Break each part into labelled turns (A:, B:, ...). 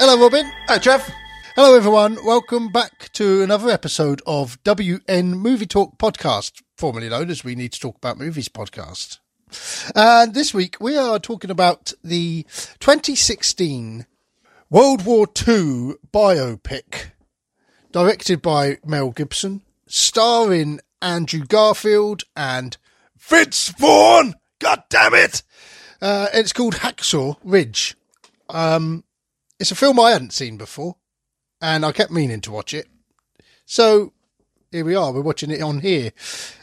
A: Hello, Robin. Hi, Trev. Hello, everyone. Welcome back to another episode of WN Movie Talk Podcast, formerly known as We Need to Talk About Movies Podcast. And this week we are talking about the 2016 World War II biopic, directed by Mel Gibson, starring Andrew Garfield and Vince Vaughn. God damn it! Uh, it's called Hacksaw Ridge. Um, it's a film I hadn't seen before, and I kept meaning to watch it. So here we are. We're watching it on here,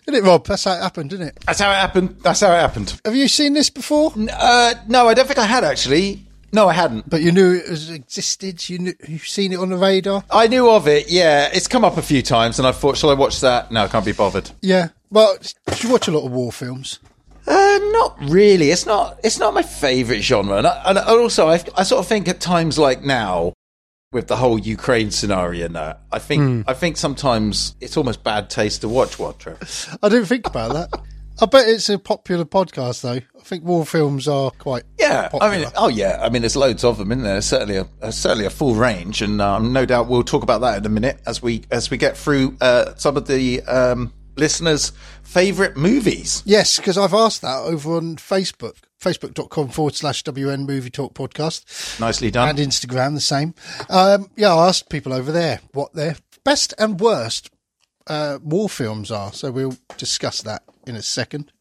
A: isn't it, Rob? That's how it happened, isn't it?
B: That's how it happened. That's how it happened.
A: Have you seen this before?
B: Uh, no, I don't think I had actually. No, I hadn't.
A: But you knew it was existed. You knew you've seen it on the radar.
B: I knew of it. Yeah, it's come up a few times, and I thought, shall I watch that? No, I can't be bothered.
A: Yeah. Well, do you watch a lot of war films?
B: Um, not really. It's not. It's not my favourite genre, and, I, and also I, I sort of think at times like now, with the whole Ukraine scenario, and that I think I think sometimes it's almost bad taste to watch one. Trevor.
A: I didn't think about that. I bet it's a popular podcast, though. I think war films are quite.
B: Yeah,
A: popular.
B: I mean, oh yeah, I mean, there's loads of them in there. Certainly, a, a certainly a full range, and um, no doubt we'll talk about that in a minute as we as we get through uh, some of the um, listeners' favorite movies.
A: Yes, because I've asked that over on Facebook, facebook.com forward slash WN Movie Talk Podcast,
B: Nicely done.
A: and Instagram, the same. Um, yeah, I asked people over there what their best and worst uh, war films are. So we'll discuss that in a second.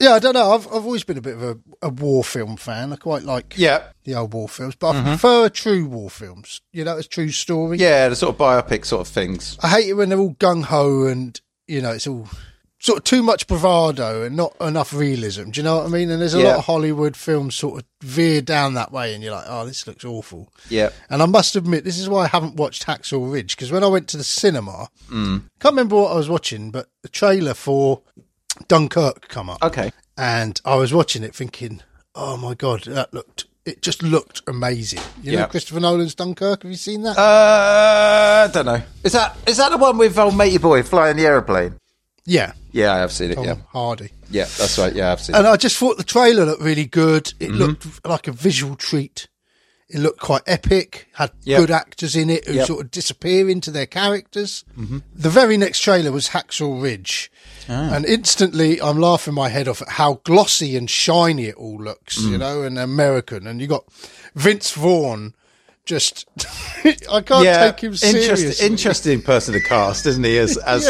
A: Yeah, I don't know. I've, I've always been a bit of a, a war film fan. I quite like
B: yeah, Mm-hmm.
A: the old war films, but I prefer true war films. You know, it's a true story.
B: yeah, the sort of biopic sort of things.
A: I hate it when they're all gung ho and you know it's all sort of too much bravado and not enough realism. Do you know what I mean? And there's a lot
B: Yeah.
A: of Hollywood films sort of veer down that way, and you're like, oh, this looks awful.
B: Yeah,
A: And I must admit, this is why I haven't watched Hacksaw Ridge because when I went to the cinema, can't remember what I was watching, but the trailer for Dunkirk come up
B: okay.
A: and I was watching it thinking, oh my god, that looked it just looked amazing. You know
B: Yeah.
A: Christopher Nolan's Dunkirk, have you seen that?
B: Uh, I don't know. Is that is that the one with old matey boy flying the aeroplane?
A: yeah.
B: Yeah, I have seen it.
A: Tom
B: Yeah,
A: Hardy.
B: yeah, that's right. Yeah, I've seen it.
A: And I just thought the trailer looked really good.
B: Mm-hmm.
A: It looked like a visual treat. It looked quite epic, had
B: Yep.
A: good actors in it who
B: Yep. Mm-hmm.
A: sort of disappear into their characters. The very next trailer was Hacksaw Ridge.
B: Ah.
A: And instantly I'm laughing my head off at how glossy and shiny it all looks,
B: Mm.
A: you know, and American. And you got Vince Vaughn just, I can't
B: yeah,
A: take him
B: interest,
A: seriously.
B: interesting person to cast, isn't he? As as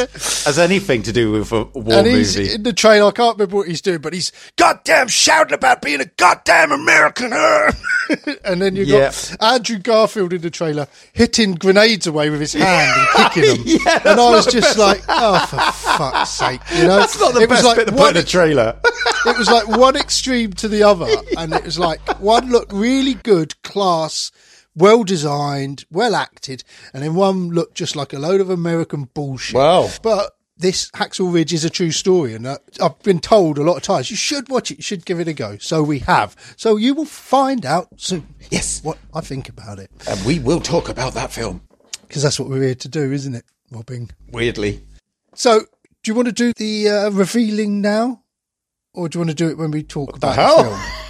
B: as anything to do with a war
A: and he's
B: movie.
A: in the trailer. I can't remember what he's doing, but he's goddamn shouting about being a goddamn American. and then you got Andrew Garfield in the trailer hitting grenades away with his hand and kicking them.
B: Yeah, that's
A: and I was
B: not the
A: just like, oh, for fuck's sake! You know,
B: That's not the
A: It was
B: best
A: like
B: bit to put
A: one-
B: in a trailer.
A: it was like one extreme to the other, and it was like one looked really good, class, well designed, well acted, and then one looked just like a load of American bullshit.
B: Wow.
A: But this Hacksaw Ridge is a true story, and uh, I've been told a lot of times you should watch it, you should give it a go. So we have. So you will find out soon.
B: Yes.
A: What I think about it,
B: and we will talk about that film.
A: because that's what we're here to do, isn't it, Robbing?
B: Weirdly.
A: So, do you want to do the uh, revealing now, or do you want to do it when we talk about the,
B: hell?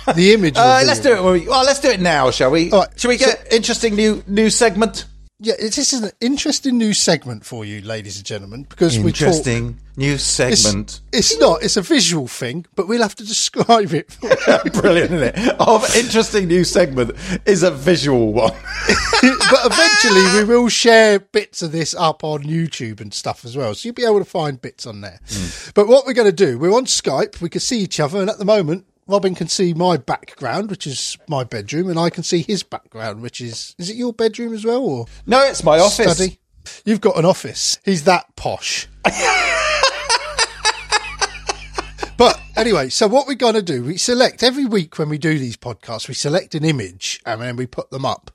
A: film? The image.
B: Uh,
A: reveal.
B: let's do it. when we- Well, let's do it now, shall we?
A: All right.
B: Shall we get interesting new new segment?
A: Yeah, it- this is an interesting new segment for you, ladies and gentlemen, because we talk-
B: Interesting new segment.
A: It's not. It's a visual thing, but we'll have to describe it.
B: Brilliant, isn't it? Of interesting new segment is a visual one.
A: but eventually, we will share bits of this up on YouTube and stuff as well, so you'll be able to find bits on there. But what we're going to do, we're on Skype. We can see each other, and at the moment, Robin can see my background, which is my bedroom, and I can see his background, which is is it your bedroom as well or
B: no, it's my office.
A: study? You've got an office. He's that posh. but anyway, so what we're going to do, we select every week when we do these podcasts, we select an image and then we put them up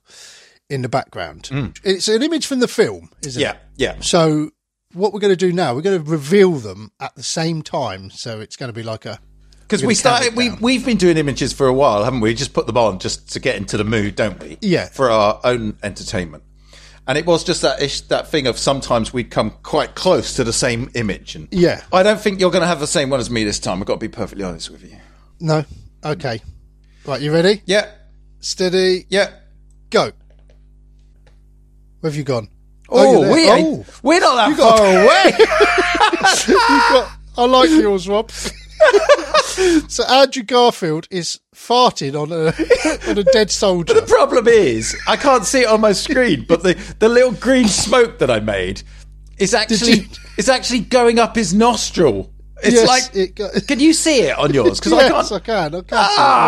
A: in the background. It's an image from the film, isn't
B: Mm. Yeah,
A: it?
B: yeah.
A: So what we're going to do now, we're going to reveal them at the same time. So it's going to be like a.
B: Because we started, we we've been doing images for a while, haven't we? Just put them on just to get into the mood, don't we?
A: Yeah.
B: For our own entertainment, and it was just that ish, that thing of sometimes we'd come quite close to the same image, and
A: Yeah.
B: I don't think you're going to have the same one as me this time. I've got to be perfectly honest with you.
A: No? Okay. Right, you ready?
B: Yeah,
A: Steady.
B: yeah.
A: Go. Where have you gone?
B: Oh,
A: you're there.
B: we
A: oh.
B: ain't- we're not that
A: You got-
B: far away.
A: You've got- I like yours, Rob. so Andrew Garfield is farted on a on a dead soldier.
B: the problem is, I can't see it on my screen, but the, the little green smoke that I made is actually
A: you-
B: is actually going up his nostril. It's
A: Yes,
B: like,
A: it go-
B: can you see it on yours? Because I
A: yes,
B: can't.
A: I can. I can.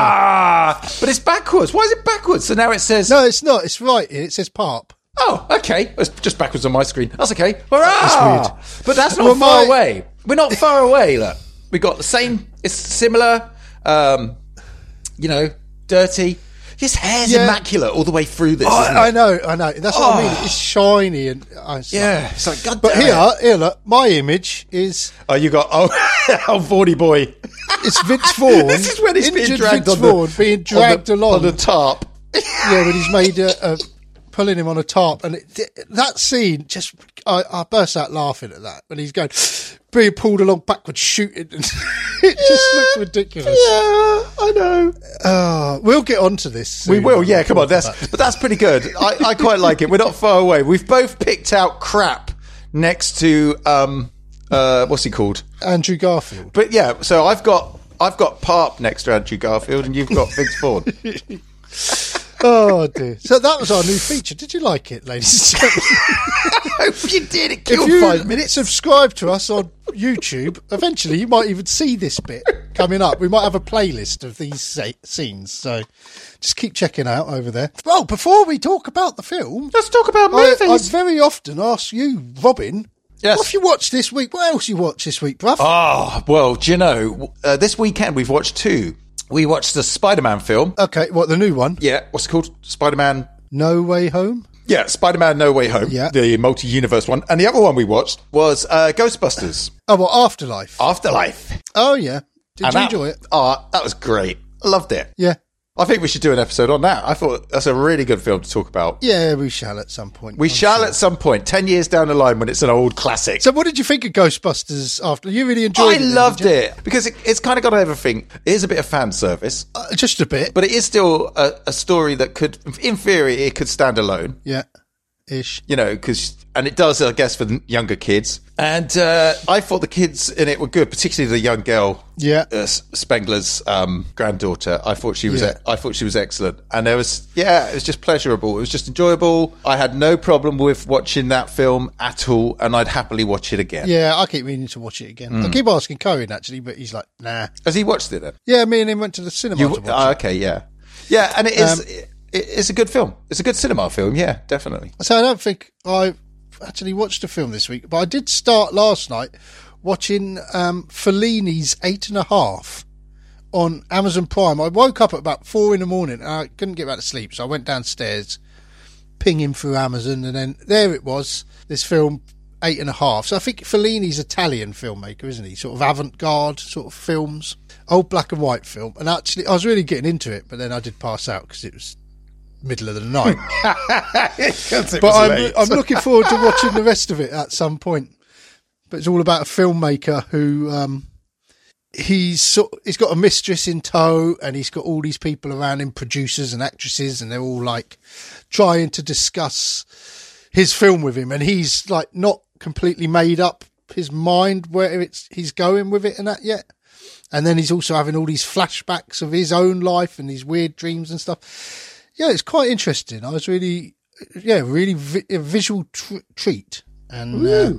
B: Ah, but it's backwards. Why is it backwards? So now it says,
A: No, it's not. It's right. It says "parp."
B: oh, okay. It's just backwards on my screen. That's okay. Hurrah! But that's not
A: Well,
B: far
A: my-
B: away. We're not far away. Look, we got the same. It's similar. Um, you know, dirty. His hair's
A: Yeah.
B: immaculate all the way through this. isn't it?
A: I know. I know. That's what I mean. It's shiny and I it's like-
B: Ah! Yeah, it's like God.
A: but
B: damn
A: here,
B: it.
A: here, look, my image is
B: oh, you got oh, oh, forty boy.
A: it's Vince Vaughn.
B: This is when he's being
A: injured
B: dragged
A: Vince
B: on the-
A: Vaughn being dragged
B: on the,
A: along
B: on the tarp.
A: yeah, when he's made a, a pulling him on a tarp, and it, that scene just I, I burst out laughing at that when he's going being pulled along backwards, shooting. And it just looked ridiculous.
B: I know.
A: Uh, we'll get onto this.
B: We
A: soon.
B: will, yeah. Come on, that's but that's pretty good. I, I quite like it. We're not far away. We've both picked out crap next to um uh what's he called?
A: Andrew Garfield.
B: But yeah, so I've got I've got Parp next to Andrew Garfield, and you've got Vince Vaughn.
A: Oh dear! So that was our new feature. Did you like it, ladies and gentlemen?
B: if you did, it
A: If
B: killed
A: you
B: five minutes.
A: subscribe to us on YouTube, eventually you might even see this bit coming up. We might have a playlist of these sa- scenes, so just keep checking out over there. Well, before we talk about the film,
B: Let's talk about
A: I,
B: movies.
A: I very often ask you, Robin,
B: Yes.
A: what have you watched this week? What else you watched this week, bruv?
B: Oh, well, do you know, uh, this weekend we've watched two. We watched the Spider Man film.
A: okay, what the new one?
B: Yeah, what's it called? Spider Man.
A: No Way Home.
B: Yeah, Spider Man No Way Home.
A: Yeah.
B: The multi universe one. And the other one we watched was uh, Ghostbusters
A: Oh, well,
B: Uh,
A: Afterlife.
B: Afterlife.
A: Oh yeah, did
B: And
A: you
B: that-
A: enjoy it?
B: Oh, that was great. I loved it.
A: Yeah,
B: I think we should do an episode on that. I thought that's a really good film to talk about.
A: yeah, we shall at some point.
B: We shall at some point, 10 years down the line when it's an old classic.
A: So, what did you think of Ghostbusters? After you really enjoyed
B: I
A: it, then,
B: loved
A: did you?
B: it because it, it's kind of got everything. It is a bit of fan service,
A: Uh, just a bit,
B: but it is still a, a story that could, in theory, it could stand alone,
A: Yeah. Ish.
B: you know, because, and it does, I guess, for the younger kids. And uh, I thought the kids in it were good, particularly the young girl.
A: Yeah.
B: Uh, S- Spengler's um, granddaughter. I thought she was.
A: Yeah.
B: e- I thought she was excellent, and there was. Yeah, it was just pleasurable. It was just enjoyable. I had no problem with watching that film at all, and I'd happily watch it again.
A: Yeah, I keep meaning to watch it again. I keep asking Cohen actually, but he's like, nah.
B: Has he watched it then?
A: Yeah, me and him went to the cinema to watch it. Um,
B: Ah, okay, yeah, yeah, and it is. it, it's a good film. It's a good cinema film. Yeah, definitely.
A: So I don't think I actually watched a film this week, but I did start last night watching um, Fellini's Eight and a Half on Amazon Prime. I woke up at about four in the morning and I couldn't get back to sleep, so I went downstairs, pinging through Amazon, and then there it was, this film. Eight and a half. So I think Fellini's Italian filmmaker, isn't he? Sort of avant-garde sort of films, old black and white film. And actually, I was really getting into it, but then I did pass out because it was middle of the night. But I'm, I'm looking forward to watching the rest of it at some point. But it's all about a filmmaker who um, he's sort, he's got a mistress in tow, and he's got all these people around him, producers and actresses, and they're all like trying to discuss his film with him, and he's like not completely made up his mind where it's he's going with it and that yet. And then he's also having all these flashbacks of his own life and these weird dreams and stuff. Yeah, it's quite interesting. I was really, yeah, really vi- a visual tr- treat, and uh,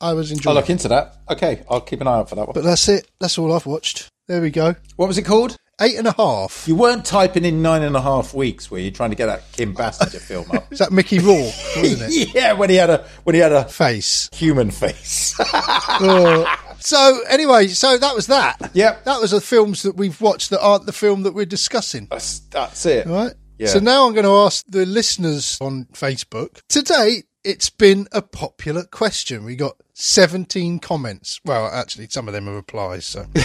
A: I was
B: I'll
A: enjoying.
B: look into that. Okay, I'll keep an eye out for that one.
A: But that's it. That's all I've watched. There we go.
B: What was it called?
A: Eight and a half.
B: You weren't typing in nine and a half weeks, were you? Trying to get that Kim Bassinger film up.
A: Is that Mickey Raw? Wasn't it?
B: yeah, when he had a when he had a
A: Face.
B: human face.
A: So anyway, so that was that.
B: Yep.
A: That was the films that we've watched that aren't the film that we're discussing.
B: That's, that's it.
A: Right.
B: Yeah.
A: So now I'm going to ask the listeners on Facebook. Today, it's been a popular question. We got 17 comments. Well, actually, some of them are replies.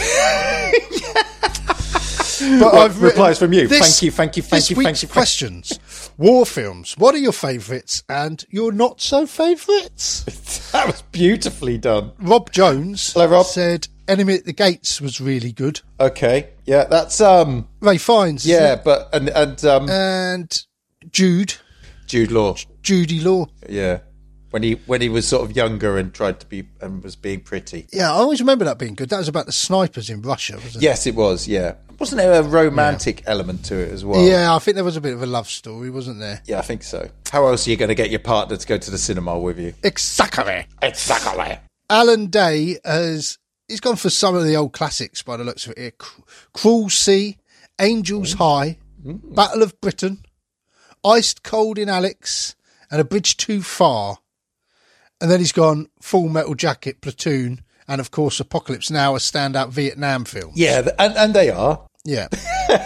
A: So. But
B: Well,
A: written
B: uh, Oh, replies from you.
A: this-
B: Thank you, thank you, thank
A: this
B: you, thank
A: week's
B: you, thank-
A: Questions: War films. What are your favourites and your not so favourites?
B: That was beautifully done.
A: Rob Jones
B: Hello, Rob.
A: said Enemy at the Gates was really good.
B: Okay. Yeah, that's um
A: Ray Fiennes. isn't
B: yeah,
A: it?
B: but and and um
A: And Jude.
B: Jude Law.
A: Judy Law.
B: Yeah. When he when he was sort of younger and tried to be and was being pretty.
A: Yeah, I always remember that being good. That was about the snipers in Russia, wasn't
B: Yes, it was. Yeah. Wasn't there a romantic element to it as well?
A: it? Yeah, I think there was a bit of a love story, wasn't there?
B: Yeah, I think so. How else are you going to get your partner to go to the cinema with you?
A: Exactly.
B: Exactly.
A: Alan Day has he's gone for some of the old classics by the looks of it. Here. Cru- Cruel Sea, Angels High, Battle of Britain, Iced Cold in Alex, and A Bridge Too Far. And then he's gone Full Metal Jacket, Platoon, and of course Apocalypse Now, a standout Vietnam film.
B: Yeah, th- and, and they are.
A: Yeah,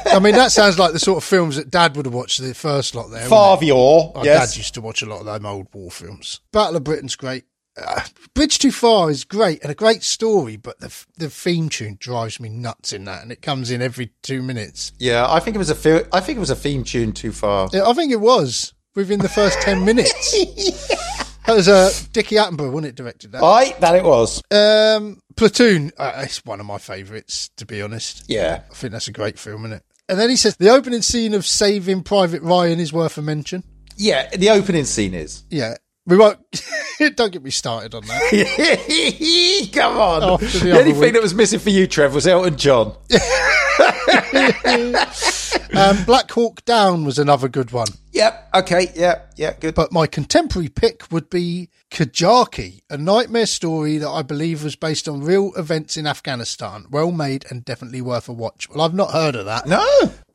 A: I mean that sounds like the sort of films that Dad would have watched the first lot there. wouldn't it?
B: Favior.
A: My
B: yes.
A: dad used to watch a lot of them old war films. Battle of Britain's great. Uh, Bridge Too Far is great and a great story, but the f- the theme tune drives me nuts in that, and it comes in every two minutes.
B: yeah, I think it was a fi- I think it was a theme tune too far.
A: Yeah, I think it was within the first ten minutes. That was uh, Dickie Attenborough, wasn't it? Directed that.
B: Aye, that it was.
A: Um, Platoon. Uh, it's one of my favourites, to be honest.
B: Yeah.
A: I think that's a great film, isn't it? And then he says the opening scene of Saving Private Ryan is worth a mention.
B: Yeah, the opening scene is.
A: Yeah, we won't. don't get me started on that.
B: Come on.
A: After the
B: the
A: other
B: only thing
A: week.
B: that was missing for you, Trev, was Elton John.
A: Um, Black Hawk Down was another good one,
B: yep. Okay. Yep. Yep. Good.
A: but my contemporary pick would be Kajaki, a nightmare story that I believe was based on real events in Afghanistan. Well made and definitely worth a watch. Well, I've not heard of that,
B: No.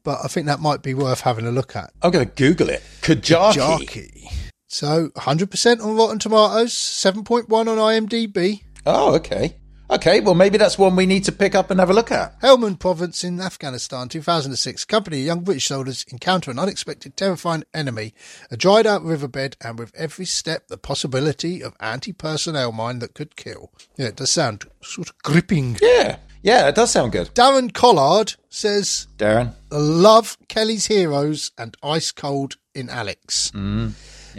A: but I think that might be worth having a look at.
B: I'm going to Google it. Kajaki.
A: Kajaki. So 100% on Rotten Tomatoes, 7.1 on IMDb.
B: Oh, okay. Okay. Well, maybe that's one we need to pick up and have a look at.
A: Helmand Province in Afghanistan, 2006. Company of young British soldiers encounter an unexpected, terrifying enemy, a dried out riverbed, and with every step, the possibility of anti personnel mine that could kill. Yeah, it does sound sort of gripping.
B: Yeah. Yeah, it does sound good.
A: Darren Collard says,
B: Darren.
A: Love Kelly's Heroes and Ice Cold in Alex.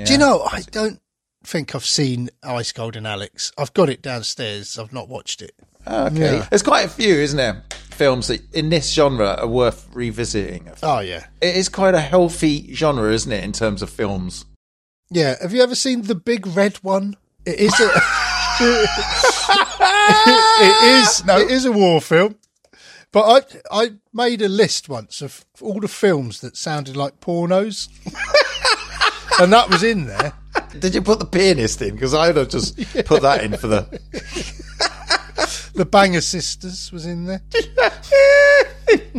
A: Do you know, I don't think I've seen Ice Cold in Alex. I've got it downstairs, I've not watched it.
B: Okay.
A: Yeah.
B: There's quite a few, isn't there? Films that in this genre are worth revisiting.
A: Oh, yeah.
B: It is quite a healthy genre, isn't it, in terms of films?
A: Yeah, have you ever seen the big red one? It is a it is it is a war film. But I I made a list once of all the films that sounded like pornos. and that was in there.
B: Did you put the pianist in? Because I'd have just put that in for the.
A: The Banger Sisters was in there.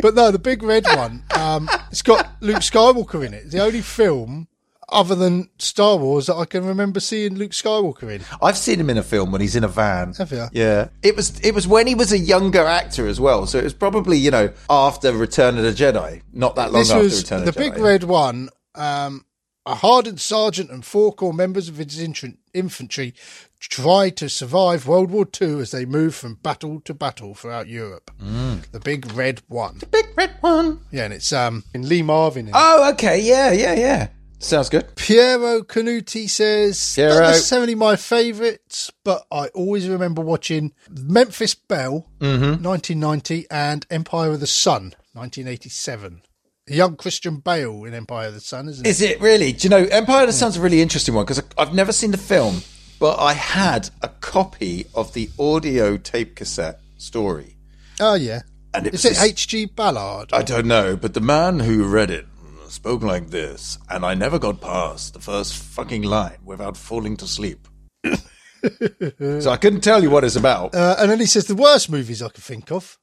A: but no, the big red one. Um, it's got Luke Skywalker in it. It's the only film other than Star Wars that I can remember seeing Luke Skywalker in.
B: I've seen him in a film when he's in a van.
A: Have you?
B: Yeah. It was it was when he was a younger actor as well. So it was probably you know after Return of the Jedi, not that long
A: this
B: after
A: was
B: Return
A: the
B: of the Jedi.
A: big red one. Um, a hardened sergeant and four core members of his intran- infantry tried to survive World War II as they moved from battle to battle throughout Europe.
B: Mm.
A: The big red one.
B: big red one.
A: Yeah, and it's um in Lee Marvin. In it.
B: Oh, okay. Yeah, yeah, yeah. Sounds good.
A: Piero Canuti says
B: Piero.
A: not necessarily my favourite, but I always remember watching Memphis Belle,
B: Mm-hmm.
A: 1990, and Empire of the Sun, 1987. A young Christian Bale in Empire of the Sun, isn't it?
B: Is it really? Do you know Empire of the Sun's a really interesting one because I've never seen the film, but I had a copy of the audio tape cassette story,
A: Oh yeah.
B: and it
A: Is
B: was
A: it
B: this-
A: H.G. Ballard?
B: I don't know, but the man who read it spoke like this, and I never got past the first fucking line without falling to sleep. so I couldn't tell you what it's about.
A: Uh, and then he says the worst movies I can think of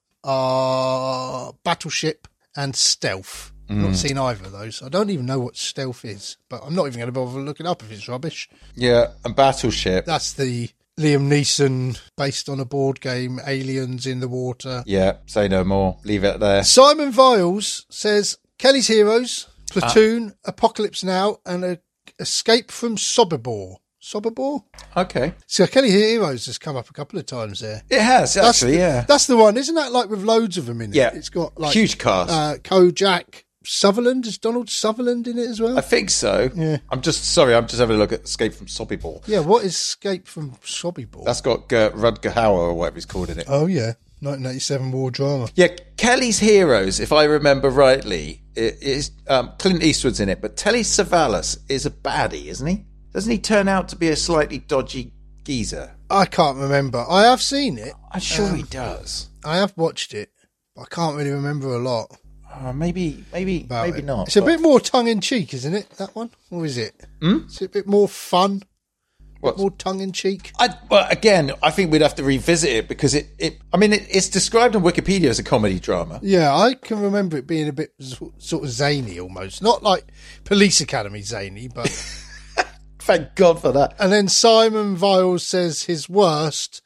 A: are Battleship and Stealth. I've Not
B: Mm.
A: seen either of those. I don't even know what Stealth is, but I'm not even going to bother looking up if it's rubbish.
B: yeah, a battleship.
A: That's the Liam Neeson based on a board game, Aliens in the Water.
B: Yeah, say no more. Leave it there.
A: Simon Viles says Kelly's Heroes,
B: Uh.
A: Platoon, Apocalypse Now, and a Escape from Sobibor. Sobibor?
B: Okay.
A: So Kelly Heroes has come up a couple of times there.
B: It has,
A: That's
B: actually,
A: the,
B: yeah.
A: That's the one, isn't that like with loads of them in it?
B: Yeah.
A: It's got like
B: Huge cast.
A: uh, Kojak Sutherland. Is Donald Sutherland in it as well?
B: I think so.
A: Yeah.
B: I'm just sorry. I'm just having a look at Escape from Sobibor. Ball.
A: yeah. What is Escape from Sobibor?
B: That's got Gert Rudger Hauer or whatever he's called in it.
A: oh yeah. 1987 war drama.
B: Yeah, Kelly's Heroes, if I remember rightly, i- is um, Clint Eastwood's in it, but Telly Savalas is a baddie, isn't he? Doesn't he turn out to be a slightly dodgy geezer?
A: I can't remember. I have seen it.
B: I'm sure
A: Uh,
B: he does.
A: I have watched it. But I can't really remember a lot.
B: Uh, maybe, maybe,
A: about
B: maybe
A: it.
B: not.
A: It's a
B: but- Hmm?
A: bit more tongue in cheek, isn't it? That one, or is it? It's a bit more fun.
B: What's-
A: More tongue in cheek.
B: I, well, again, I think we'd have to revisit it because it. it I mean, it, it's described on Wikipedia as a comedy drama.
A: Yeah, I can remember it being a bit z- sort of zany, almost not like Police Academy zany, but.
B: Thank God for that.
A: And then Simon Viles says his worst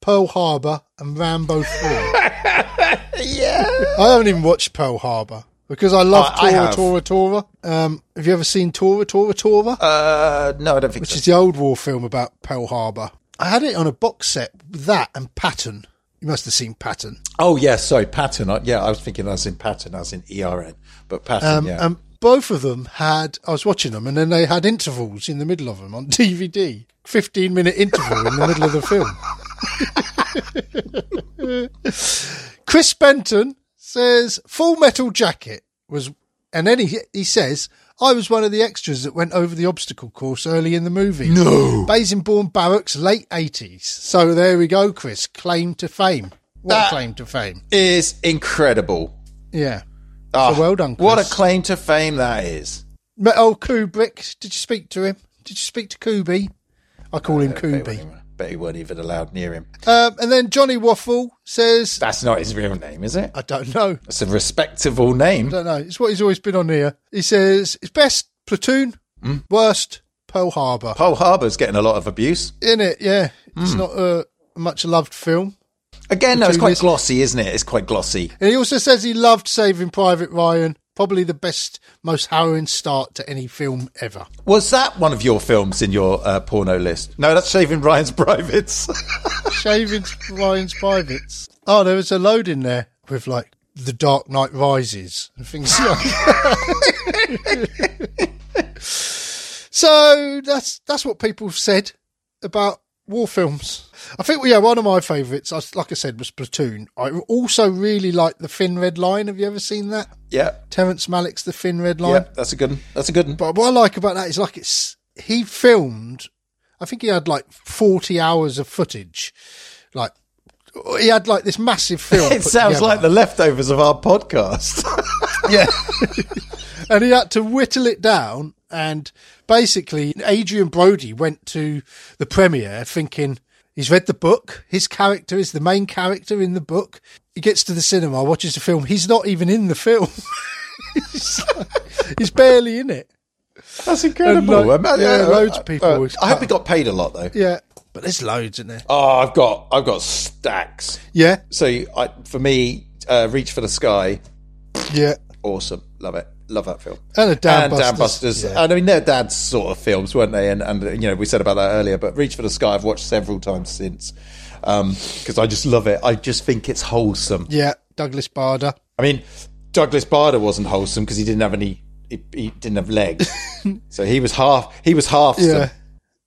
A: Pearl Harbor and Rambo 3. I
B: Yeah.
A: haven't even watched Pearl Harbor because I love
B: I- I
A: Tora
B: have.
A: Tora Tora. Um, have you ever seen Tora Tora Tora?
B: Uh, no, I don't think
A: which
B: so.
A: is the old war film about Pearl Harbor. I had it on a box set with that and Patton. You must have seen Patton.
B: oh, yeah. Sorry, Patton. I, yeah, I was thinking as in Patton, as in ERN, but Patton.
A: Um,
B: yeah.
A: And both of them had, I was watching them and then they had intervals in the middle of them on DVD. 15 minute interval in the middle of the film. Chris Benton says Full Metal Jacket was, and then he, he says, I was one of the extras that went over the obstacle course early in the movie. No. Basingbourne Barracks, late 80s. So there we go, Chris. Claim to fame. What
B: That-
A: claim to fame?
B: is incredible.
A: Yeah.
B: Ah,
A: so well done, Chris.
B: What a claim to fame that is.
A: Met old Kubrick. Did you speak to him? Did you speak to Kubi? I call him
B: Bet
A: Kubi.
B: he weren't- Bet he weren't even allowed near him.
A: Um, and then Johnny Waffle says,
B: That's not his real name, is it?
A: I don't know.
B: It's a respectable name.
A: don't know. It's what he's always been on here. He says, it's best Platoon, worst Pearl Harbor.
B: Pearl Harbor's getting a lot of abuse.
A: In it, yeah. It's not a much loved film.
B: Again, no, it's
A: two
B: quite
A: list-
B: glossy, isn't it? It's quite glossy.
A: And he also says he loved Saving Private Ryan. Probably the best, most harrowing start to any film ever.
B: Was that one of your films in your uh, porno list? No, that's Shaving Ryan's Privates.
A: Shaving Ryan's privates. Oh, there was a load in there with like The Dark Knight Rises and things like that. so that's that's what people have said about war films. I think well, yeah, one of my favourites, I- like I said, was Platoon. I also really like the Thin Red Line. Have you ever seen that?
B: yeah,
A: Terence Malick's The Thin Red Line.
B: yeah, that's a good one. That's a good one.
A: But what I like about that is like it's he filmed. I think he had like forty hours of footage. Like he had like this massive film.
B: It
A: put
B: sounds
A: together.
B: like the leftovers of our podcast.
A: yeah. and he had to whittle it down. And basically, Adrian Brody went to the premiere thinking he's read the book. His character is the main character in the book. He gets to the cinema, watches the film. He's not even in the film. he's, he's barely in it.
B: that's incredible.
A: And, like,
B: Imagine-
A: yeah, loads of
B: uh,
A: people
B: uh,
A: was
B: I hope he got paid a lot though.
A: Yeah. But there's loads in there.
B: Oh, I've got, I've got stacks.
A: Yeah.
B: So I, for me, uh, Reach for the Sky,
A: Yeah.
B: awesome, love it, love that film.
A: And a Dan
B: and
A: Busters.
B: Dan Busters.
A: Yeah.
B: And I mean, they're dad's sort of films, weren't they? And, and you know, we said about that earlier. But Reach for the Sky, I've watched several times since because I just love it. I just think it's wholesome.
A: Yeah, Douglas Bader.
B: I mean, Douglas Bader wasn't wholesome because he didn't have any. He, he didn't have legs, so he was half. He was half.
A: Yeah,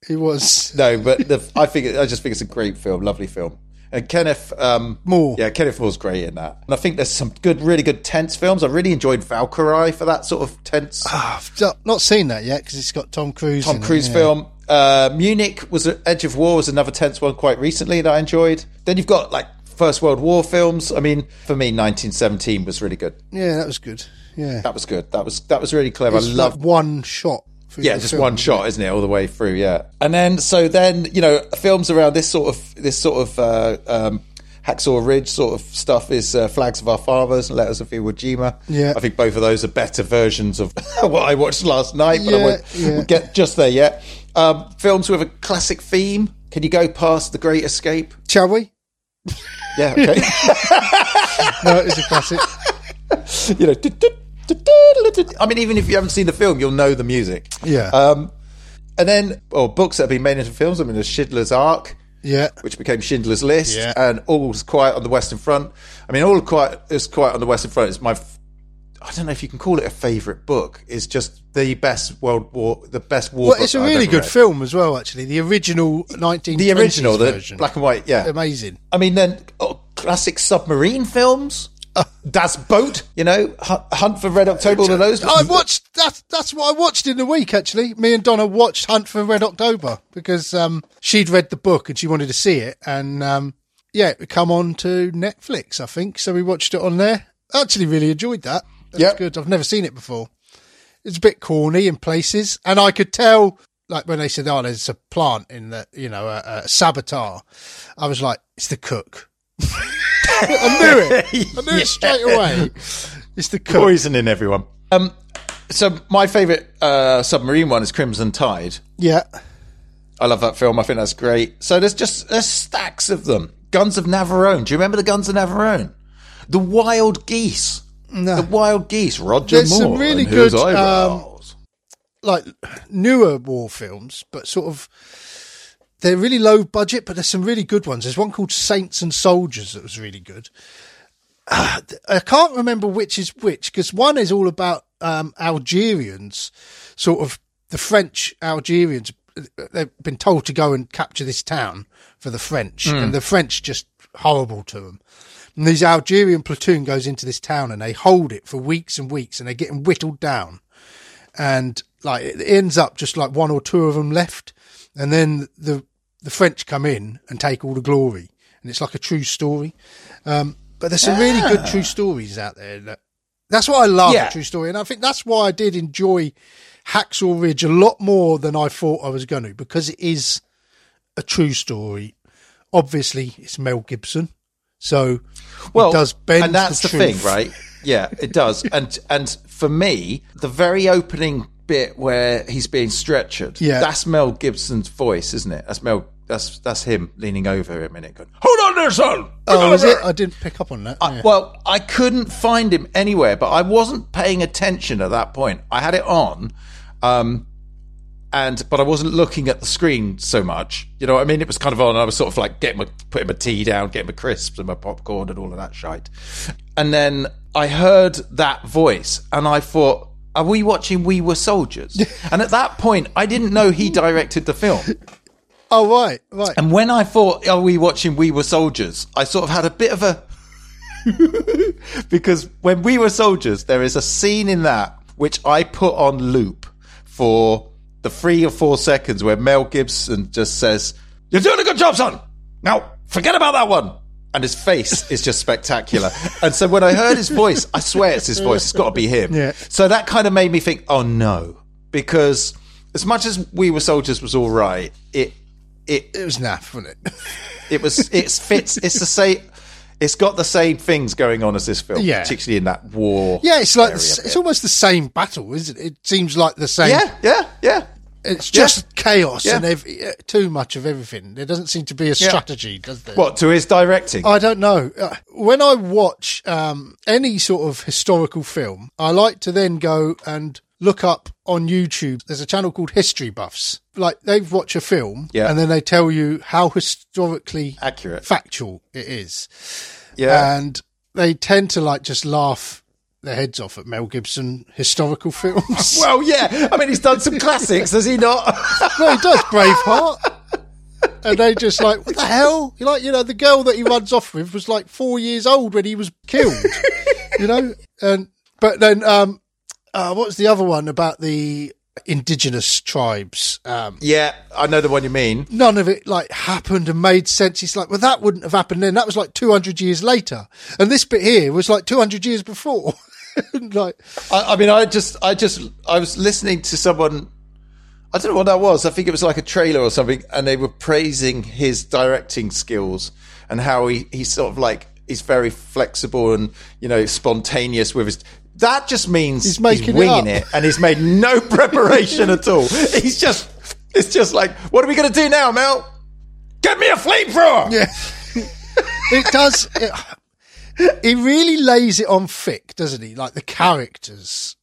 A: he was.
B: No, but the, I think I just think it's a great film, lovely film. And Kenneth um,
A: Moore.
B: yeah, Kenneth Moore's great in that. And I think there's some good, really good tense films. I really enjoyed Valkyrie for that sort of tense.
A: ah, I've not- not seen that yet because it's got Tom Cruise.
B: Tom
A: in
B: Cruise
A: it, Oh, yeah.
B: film. Uh, Munich was Edge of War was another tense one quite recently that I enjoyed. Then you've got like First World War films. I mean, for me, 1917 was really good.
A: Yeah, that was good. Yeah,
B: That was good. That was that was really clever. I love.
A: like one shot. through
B: Yeah,
A: the
B: just
A: film.
B: one shot, isn't it, all the way through? Yeah, and then so then you know films around this sort of this sort of uh, um, Hacksaw Ridge sort of stuff is uh, Flags of Our Fathers and Letters of Iwo Jima.
A: Yeah.
B: I think both of those are better versions of what I watched last night, but I
A: Yeah,
B: won't
A: yeah.
B: won't get just there yet. Um, films with a classic theme. Can you go past The Great Escape?
A: Shall we?
B: Yeah, okay.
A: No, it's a classic.
B: you know, du- du- du- du- du- du- I mean, even if you haven't seen the film, you'll know the music.
A: Yeah,
B: Um, and then, or books that have been made into films. I mean, there's Schindler's Ark,
A: yeah,
B: which became Schindler's List,
A: Yeah.
B: and All's Quiet on the Western Front. I mean, All Quiet is Quiet on the Western Front is my. f- I don't know if you can call it a favorite book. It's just the best World War, the best war.
A: well,
B: book
A: it's a
B: that I've
A: really
B: ever
A: good
B: read.
A: film as well. Actually, the original nineteen
B: The original, the
A: version,
B: black and white, yeah.
A: amazing.
B: I mean, then oh, cl- classic submarine films.
C: Das Boat.
B: You know, Hu- Hunt for Red October, all of those.
A: I watched that. That's what I watched in the week. Actually, me and Donna watched Hunt for Red October because um, she'd read the book and she wanted to see it. And um, yeah, it would come on to Netflix, I think. So we watched it on there. Actually, really enjoyed that. That's
C: Yep.
A: good. I've never seen it before. It's a bit corny in places, and I could tell. Like when they said, "Oh, there's a plant in the, you know, a, a saboteur," I was like, "It's the cook." I knew it. I knew it straight away. It's the cook.
B: Poisoning everyone. Um, so my favorite uh, submarine one is Crimson Tide.
A: Yeah.
B: I love that film. I think that's great. So there's just there's stacks of them. Guns of Navarone. Do you remember the Guns of Navarone? The Wild Geese. The Wild Geese. Roger
A: There's
B: Moore.
A: some really
B: and Whose
A: good, um,
B: Eyebrows.
A: like newer war films, but sort of they're really low budget, but there's some really good ones. There's one called Saints and Soldiers that was really good. Ah, th- I can't remember which is which because one is all about um, Algerians, sort of the French Algerians. They've been told to go and capture this town for the French, and the French just horrible to them. And these Algerian platoon goes into this town and they hold it for weeks and weeks, and they're getting whittled down and like it ends up just like one or two of them left, and then the the French come in and take all the glory, and it's like a true story. Um, but there's some really good true stories out there. That, that's what I love
B: Yeah.
A: a true story, and I think that's why I did enjoy Hacksaw Ridge a lot more than I thought I was going to because it is a true story. Obviously, it's Mel Gibson, so
B: well,
A: it does bend
B: and that's the,
A: truth.
B: thing, right? Yeah, it does. and and for me, the very opening bit where he's being stretchered,
A: Yeah.
B: that's Mel Gibson's voice, isn't it? That's Mel. That's that's him leaning over him and it going, "Hold on there, son." We're
A: Oh,
B: gonna
A: is it? I didn't pick up on that. yeah.
B: Well, I couldn't find him anywhere, but I wasn't paying attention at that point. I had it on, um, and but I wasn't looking at the screen so much. You know what I mean? It was kind of on. I was sort of like getting my putting my tea down, getting my crisps and my popcorn and all of that shite. And then I heard that voice, and I thought. Are we watching We Were Soldiers? and at that point, I didn't know he directed the film.
A: oh, right, right.
B: And when I thought, are we watching We Were Soldiers? I sort of had a bit of a. because when We Were Soldiers, there is a scene in that which I put on loop for the three or four seconds where Mel Gibson just says, You're doing a good job, son! Now, forget about that one! And his face is just spectacular. and so when I heard his voice, I swear it's his voice. It's got to be him.
A: Yeah.
B: So that kind of made me think, oh no. Because as much as We Were Soldiers was all right, it. It
A: it was naff, wasn't it?
B: it was it's fits it's the same it's got the same things going on as this film
A: Yeah.
B: particularly in that war
A: Yeah, it's like
B: area
A: it's,
B: bit.
A: it's almost the same battle, isn't it? It seems like the same.
B: yeah yeah yeah
A: it's just chaos
B: Yeah.
A: and ev- yeah, too much of everything. There doesn't seem to be a strategy, does there?
B: what to his directing
A: I don't know. Uh, When I watch um, any sort of historical film, I like to then go and look up on YouTube. There's a channel called History Buffs. Like they watch a film,
B: Yeah.
A: and then they tell you how historically
B: Accurate.
A: factual it is.
B: yeah
A: and they tend to like just laugh their heads off at Mel Gibson historical films.
B: well yeah i mean he's done some classics has he not
A: no, he does Braveheart, and they just like what the hell? You're like you know the girl that he runs off with was like four years old when he was killed, you know. And but then um, uh, what was the other one about the indigenous tribes? Um,
B: yeah i know the one you mean
A: none of it like happened and made sense. It's like, well, that wouldn't have happened then. That was like 200 years later. And this bit here was like 200 years before. And, like,
B: I, I mean i just i just i was listening to someone I don't know what that was. I think it was like a trailer or something, and they were praising his directing skills and how he he's sort of like he's very flexible and you know spontaneous with his. That just means he's,
A: making it
B: winging
A: up.
B: it, and he's made no preparation at all. He's just it's just like, what are we going to do now, Mel? Get me a flamethrower. Yeah.
A: it does. It, he really lays it on thick, doesn't he? Like the characters,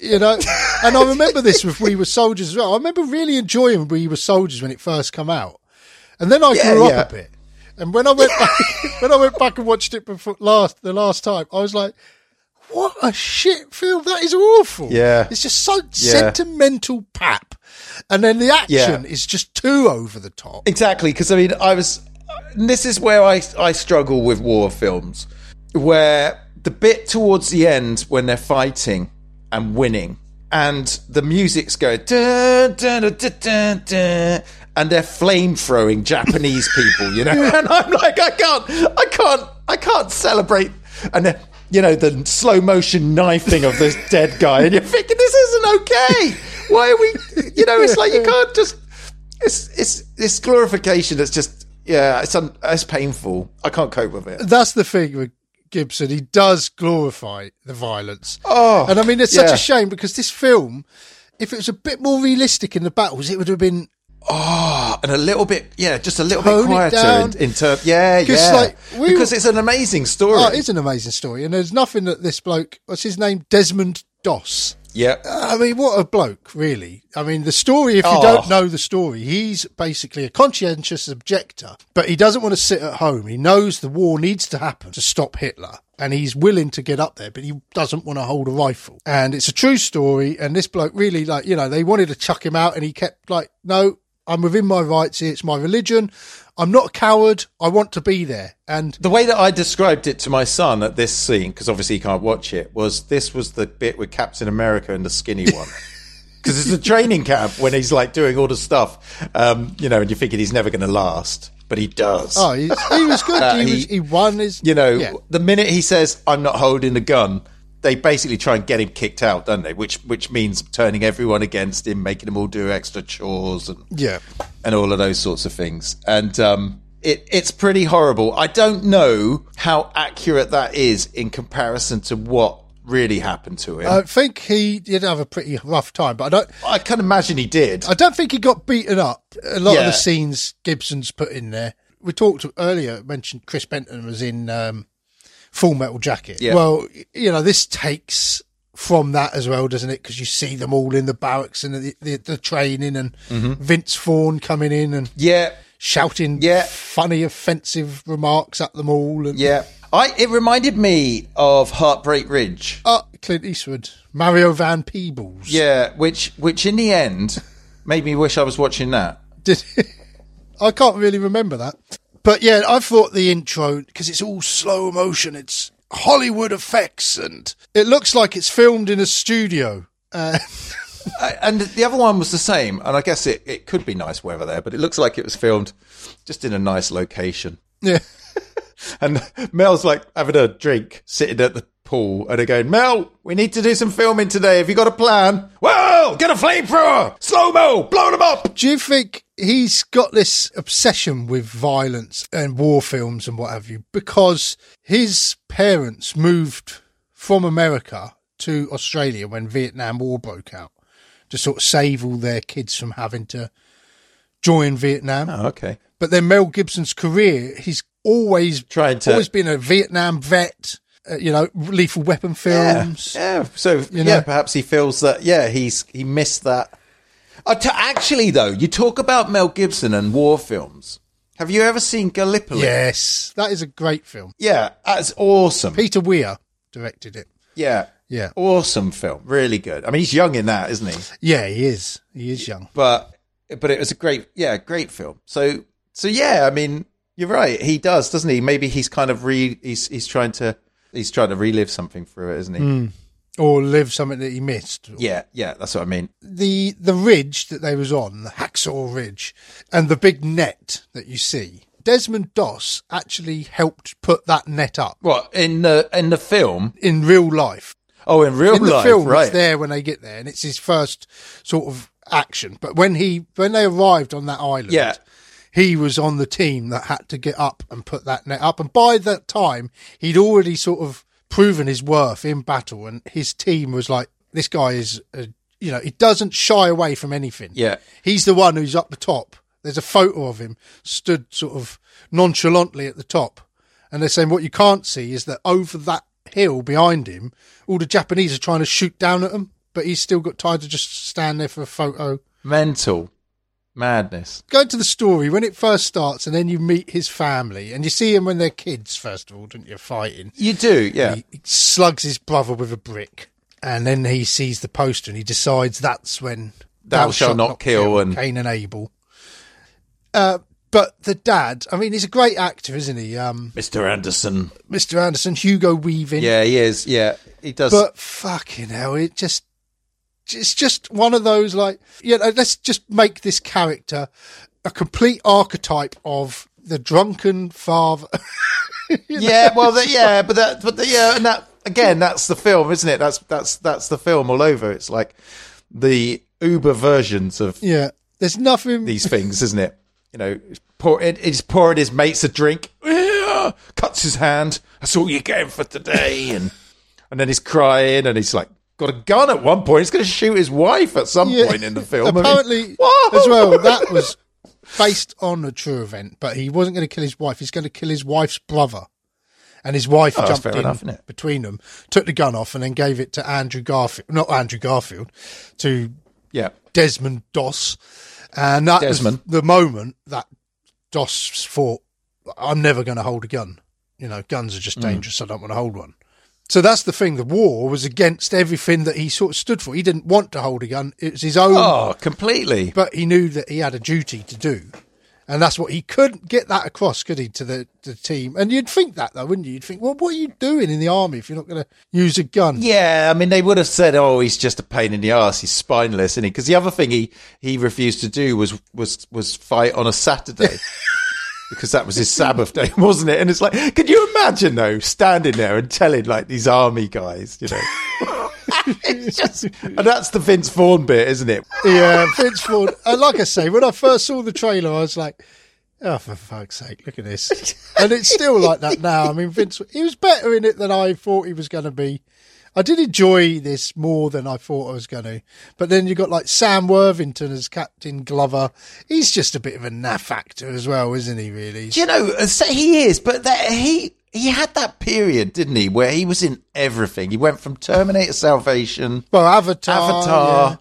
A: you know. And I remember this with We Were Soldiers as well. I remember really enjoying We Were Soldiers when it first come out, and then I
B: Yeah,
A: grew
B: yeah.
A: up a bit. And when I went back, when I went back and watched it before last the last time, I was like, "What a shit film! That is awful.
B: Yeah.
A: it's just so sentimental pap." And then the action is just too over the top.
B: Exactly, because I mean, I was and this is where I, I struggle with war films, where the bit towards the end when they're fighting and winning, and the music's going, dun, dun, dun, dun, dun, dun, and they're flame throwing Japanese people, you know, and I'm like, I can't, I can't, I can't celebrate, and then. You know, the slow motion knifing of this dead guy, and you're thinking, this isn't okay. Why are we, you know, it's like you can't just, it's, it's, it's glorification that's just yeah, it's un- it's painful. I can't cope with it.
A: That's the thing with Gibson. He does glorify the violence.
B: Oh,
A: and I mean, it's such
B: yeah.
A: a shame because this film, if it was a bit more realistic in the battles, it would have been
B: Oh, and a little bit, yeah, just a little
A: Tone it
B: bit quieter
A: down.
B: in, in terms. Yeah, yeah.
A: like, we-
B: because it's an amazing story.
A: Oh, it's an amazing story. And there's nothing that this bloke, what's his name? Desmond Doss.
B: yeah,
A: I mean, what a bloke, really. I mean, the story, if you
B: Oh.
A: don't know the story, he's basically a conscientious objector, but he doesn't want to sit at home. He knows the war needs to happen to stop Hitler, and he's willing to get up there, but he doesn't want to hold a rifle. And it's a true story. And this bloke really, like, you know, they wanted to chuck him out, and he kept, like, no, I'm within my rights here. It's my religion. I'm not a coward. I want to be there. And
B: the way that I described it to my son at this scene, because obviously he can't watch it, was this was the bit with Captain America and the skinny one. Because it's the training camp when he's like doing all the stuff, um, you know, and you're thinking he's never going to last, but he does.
A: oh, he's, he was good. he,
B: Uh, he-
A: was, he won his,
B: you know,
A: Yeah.
B: the minute he says, "I'm not holding the gun," they basically try and get him kicked out, don't they? Which which means turning everyone against him, making them all do extra chores and
A: yeah.
B: and all of those sorts of things. And um, it it's pretty horrible. I don't know how accurate that is in comparison to what really happened to him.
A: I think he did have a pretty rough time, but I don't.
B: I can imagine he did.
A: I don't think he got beaten up. A lot of
B: Yeah.
A: the scenes Gibson's put in there. We talked earlier, mentioned Chris Benton was in um, Full Metal Jacket.
B: Yeah.
A: Well, you know, this takes from that as well, doesn't it? Because you see them all in the barracks and the, the, the training and
B: Mm-hmm.
A: Vince Vaughn coming in and
B: yeah,
A: shouting
B: Yeah.
A: funny, offensive remarks at them all. And,
B: yeah. I it reminded me of Heartbreak Ridge.
A: Uh, Clint Eastwood, Mario Van Peebles.
B: Yeah, which which in the end made me wish I was watching that.
A: Did I can't really remember that. But yeah, I thought the intro because it's all slow motion. It's Hollywood effects, and it looks like it's filmed in a studio. Uh,
B: I- and the other one was the same, and I guess it, it could be nice weather there, but it looks like it was filmed just in a nice location.
A: yeah,
B: And Mel's like having a drink, sitting at the pool, and they're going, Mel, we need to do some filming today. Have you got a plan? Well, get a flamethrower, slow mo, blow them up.
A: do you think he's got this obsession with violence and war films and what have you? Because his parents moved from America to Australia when Vietnam War broke out to sort of save all their kids from having to join Vietnam.
B: Oh, okay.
A: But then Mel Gibson's career, he's always
B: Trying to-
A: always been a Vietnam vet. Uh, you know, lethal weapon
B: Yeah,
A: films.
B: yeah. So yeah,
A: know?
B: perhaps he feels that. Yeah, he's he missed that. Uh, t- actually, though, you talk about Mel Gibson and war films. Have you ever seen Gallipoli?
A: Yes, that is a great film.
B: yeah, that's awesome.
A: Peter Weir directed it.
B: Yeah.
A: Yeah.
B: Awesome film. Really good. I mean, he's young in that, isn't he?
A: Yeah, he is. He is young.
B: But but it was a great, yeah, great film. So so yeah, I mean, you're right. He does, doesn't he? Maybe he's kind of re he's he's trying to he's trying to relive something through it, isn't he?
A: Hmm. Or lived something that he missed.
B: Yeah, yeah, that's what I mean.
A: The the ridge that they was on, the Hacksaw Ridge, and the big net that you see. Desmond Doss actually helped put that net up
B: What in the in the film?
A: in real life.
B: Oh, in real
A: in the
B: life,
A: film
B: right?
A: it's there when they get there and it's his first sort of action but when he when they arrived on that island
B: Yeah.
A: he was on the team that had to get up and put that net up and by that time he'd already sort of proven his worth in battle and his team was like this guy is a, you know he doesn't shy away from anything
B: Yeah.
A: he's the one who's up the top there's a photo of him stood sort of nonchalantly at the top and they're saying what you can't see is that over that hill behind him, all the Japanese are trying to shoot down at him, but he's still got time to just stand there for a photo.
B: Mental madness.
A: Go to the story when it first starts, and then you meet his family, and you see him when they're kids, first of all, don't you? Fighting.
B: You do, yeah.
A: He, he slugs his brother with a brick, and then he sees the poster and he decides that's when
B: Thou shalt not kill and-
A: Cain and Abel. Uh, But the dad, I mean, he's a great actor, isn't he? Um,
B: Mr. Anderson.
A: Mr. Anderson, Hugo Weaving.
B: Yeah, he is. Yeah, he does.
A: But fucking hell, it just it's just one of those like you know, let's just make this character a complete archetype of the drunken father.
B: yeah, well, the, yeah, but that, but the, yeah, and that again, that's the film, isn't it? That's that's that's the film all over. It's like the Uber versions of
A: yeah. There's nothing
B: these things, isn't it? You know, it's pour, it, it's pouring his mates a drink, cuts his hand. That's all you're getting for today, and and then he's crying, and he's like got a gun at one point. He's going to shoot his wife at some
A: Yeah.
B: point in the film.
A: Apparently,
B: Whoa!
A: as well, that was based on a true event, but he wasn't going to kill his wife. He's going to kill his wife's brother. And his wife
B: Oh, that's
A: jumped
B: fair
A: in
B: enough, isn't it?
A: between them, took the gun off, and then gave it to Andrew Garfield, not Andrew Garfield, to
B: yeah,
A: Desmond Doss. And that
B: Desmond.
A: was the moment that Doss thought, I'm never going to hold a gun. You know, guns are
B: Mm.
A: just dangerous. I don't want to hold one. So that's the thing. The war was against everything that he sort of stood for. He didn't want to hold a gun. It was his own
B: oh, completely.
A: but he knew that he had a duty to do, and that's what he couldn't get that across, could he, to the, the team? And you'd think that though, wouldn't you? You'd think, well, what are you doing in the army if you're not going to use a gun?
B: Yeah, I mean, they would have said, "Oh, he's just a pain in the ass. He's spineless," isn't he? Because the other thing he he refused to do was was was fight on a Saturday. Because that was his Sabbath day, wasn't it? And it's like, can you imagine though, standing there and telling like these army guys, you know? it's just, and that's the Vince Vaughn bit, isn't it?
A: Yeah, Vince Ford. uh, like I say, when I first saw the trailer, I was like, oh, for fuck's sake, look at this. And it's still like that now. I mean, Vince, he was better in it than I thought he was going to be. I did enjoy this more than I thought I was going to. But then you got like Sam Worthington as Captain Glover. He's just a bit of a naff actor as well, isn't he, really?
B: Do you know, uh, so he is, but that, he he had that period, didn't he, where he was in everything. He went from Terminator Salvation,
A: Well, Avatar.
B: Avatar.
A: Oh, yeah.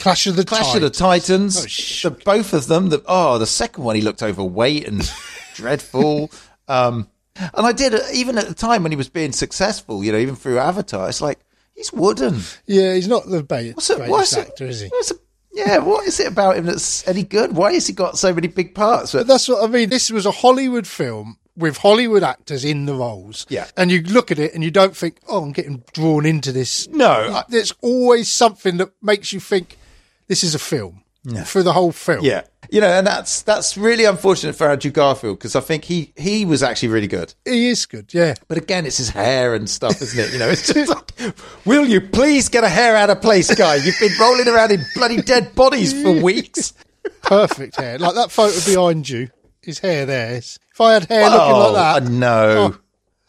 A: Clash of the
B: Clash of the
A: Oh,
B: Titans. the, both of them. The, oh, the second one, he looked overweight and dreadful. Um, and I did, even at the time when he was being successful, you know, even through Avatar, it's like, he's wooden.
A: Yeah, he's not the ba-
B: What's it,
A: greatest
B: what's it-
A: actor, is he?
B: what's it- yeah, what is it about him that's any good? Why has he got so many big parts?
A: But that's what I mean. This was a Hollywood film with Hollywood actors in the roles.
B: Yeah.
A: And you look at it and you don't think, oh, I'm getting drawn into this.
B: no, I-
A: There's always something that makes you think this is a film through the whole film.
B: yeah. You know, and that's that's really unfortunate for Andrew Garfield because I think he he was actually really good.
A: He is good. Yeah.
B: But again, it's his hair and stuff, isn't it? You know, it's just like, will you please get a hair out of place, guy? You've been rolling around in bloody dead bodies for weeks.
A: Perfect hair. Like that photo behind you, his hair there. It's- If I had hair
B: oh,
A: looking like
B: I
A: that.
B: know. Oh,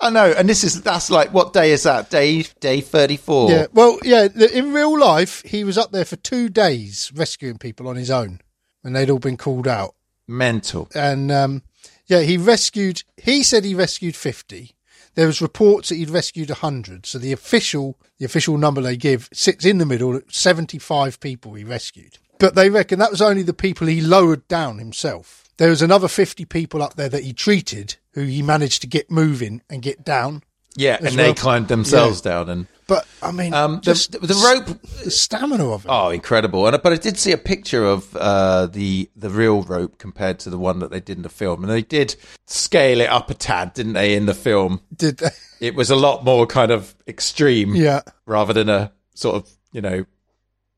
B: I know. And this is, that's like, what day is that? Day, day 34.
A: Yeah. Well, yeah. the- In real life, he was up there for two days rescuing people on his own and they'd all been called out.
B: Mental.
A: and um, yeah, he rescued. He said he rescued fifty. There was reports that he'd rescued hundred. So the official, the official number they give sits in the middle. at Seventy-five people he rescued, but they reckon that was only the people he lowered down himself. There was another fifty people up there that he treated, who he managed to get moving and get down.
B: Yeah.
A: As
B: And
A: well.
B: they climbed themselves down and,
A: But I mean,
B: um, the,
A: just
B: the, the rope.
A: the stamina of it.
B: Oh, incredible. And, but I did see a picture of, uh, the, the real rope compared to the one that they did in the film. And they did scale it up a tad, didn't they, in the film?
A: Did they?
B: It was a lot more kind of extreme.
A: yeah.
B: rather than a sort of you know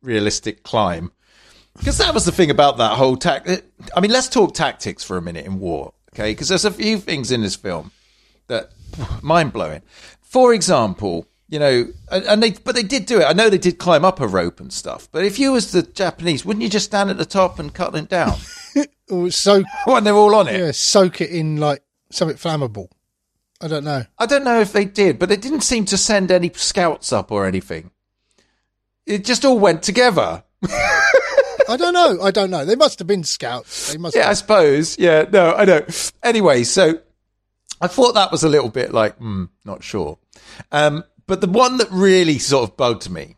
B: realistic climb because that was the thing about that whole tact i mean let's talk tactics for a minute in war okay because there's a few things in this film that mind-blowing for example you know and, and they but they did do it i know they did climb up a rope and stuff but if you was the japanese wouldn't you just stand at the top and cut them down
A: Or so
B: when they're all on it
A: yeah, soak it in like something flammable. I don't know.
B: I don't know if they did, but they didn't seem to send any scouts up or anything. It just all went together.
A: I don't know. I don't know. They must have been scouts. They must.
B: Yeah, I
A: Have.
B: suppose. Yeah, no, I know. Anyway, so I thought that was a little bit like, hmm, not sure. Um, but the one that really sort of bugged me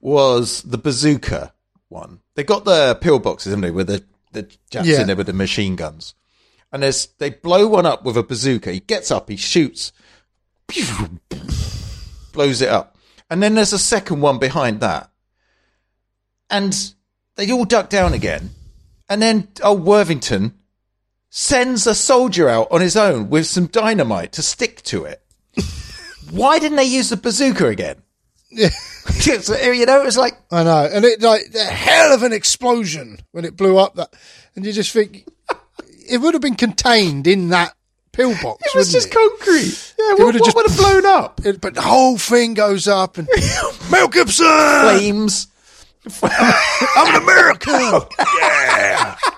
B: was the bazooka one. They got the pillboxes, haven't they, with the, the Japs
A: Yeah.
B: in there with the machine guns. And there's, they blow one up with a bazooka. He gets up, he shoots, pew, blows it up. And then there's a second one behind that. And they all duck down again. And then, oh, Worthington sends a soldier out on his own with some dynamite to stick to it. Why didn't they use the bazooka again? So, you know, it's like
A: I know, and it like the hell of an explosion when it blew up. That, and you just think it would have been contained in that pillbox.
B: it was
A: wouldn't
B: just
A: it?
B: concrete.
A: would've
B: Yeah, what, what
A: just-
B: would have blown up?
A: It- but the whole thing goes up, and Mel Gibson,
B: Flames.
A: I'm an American.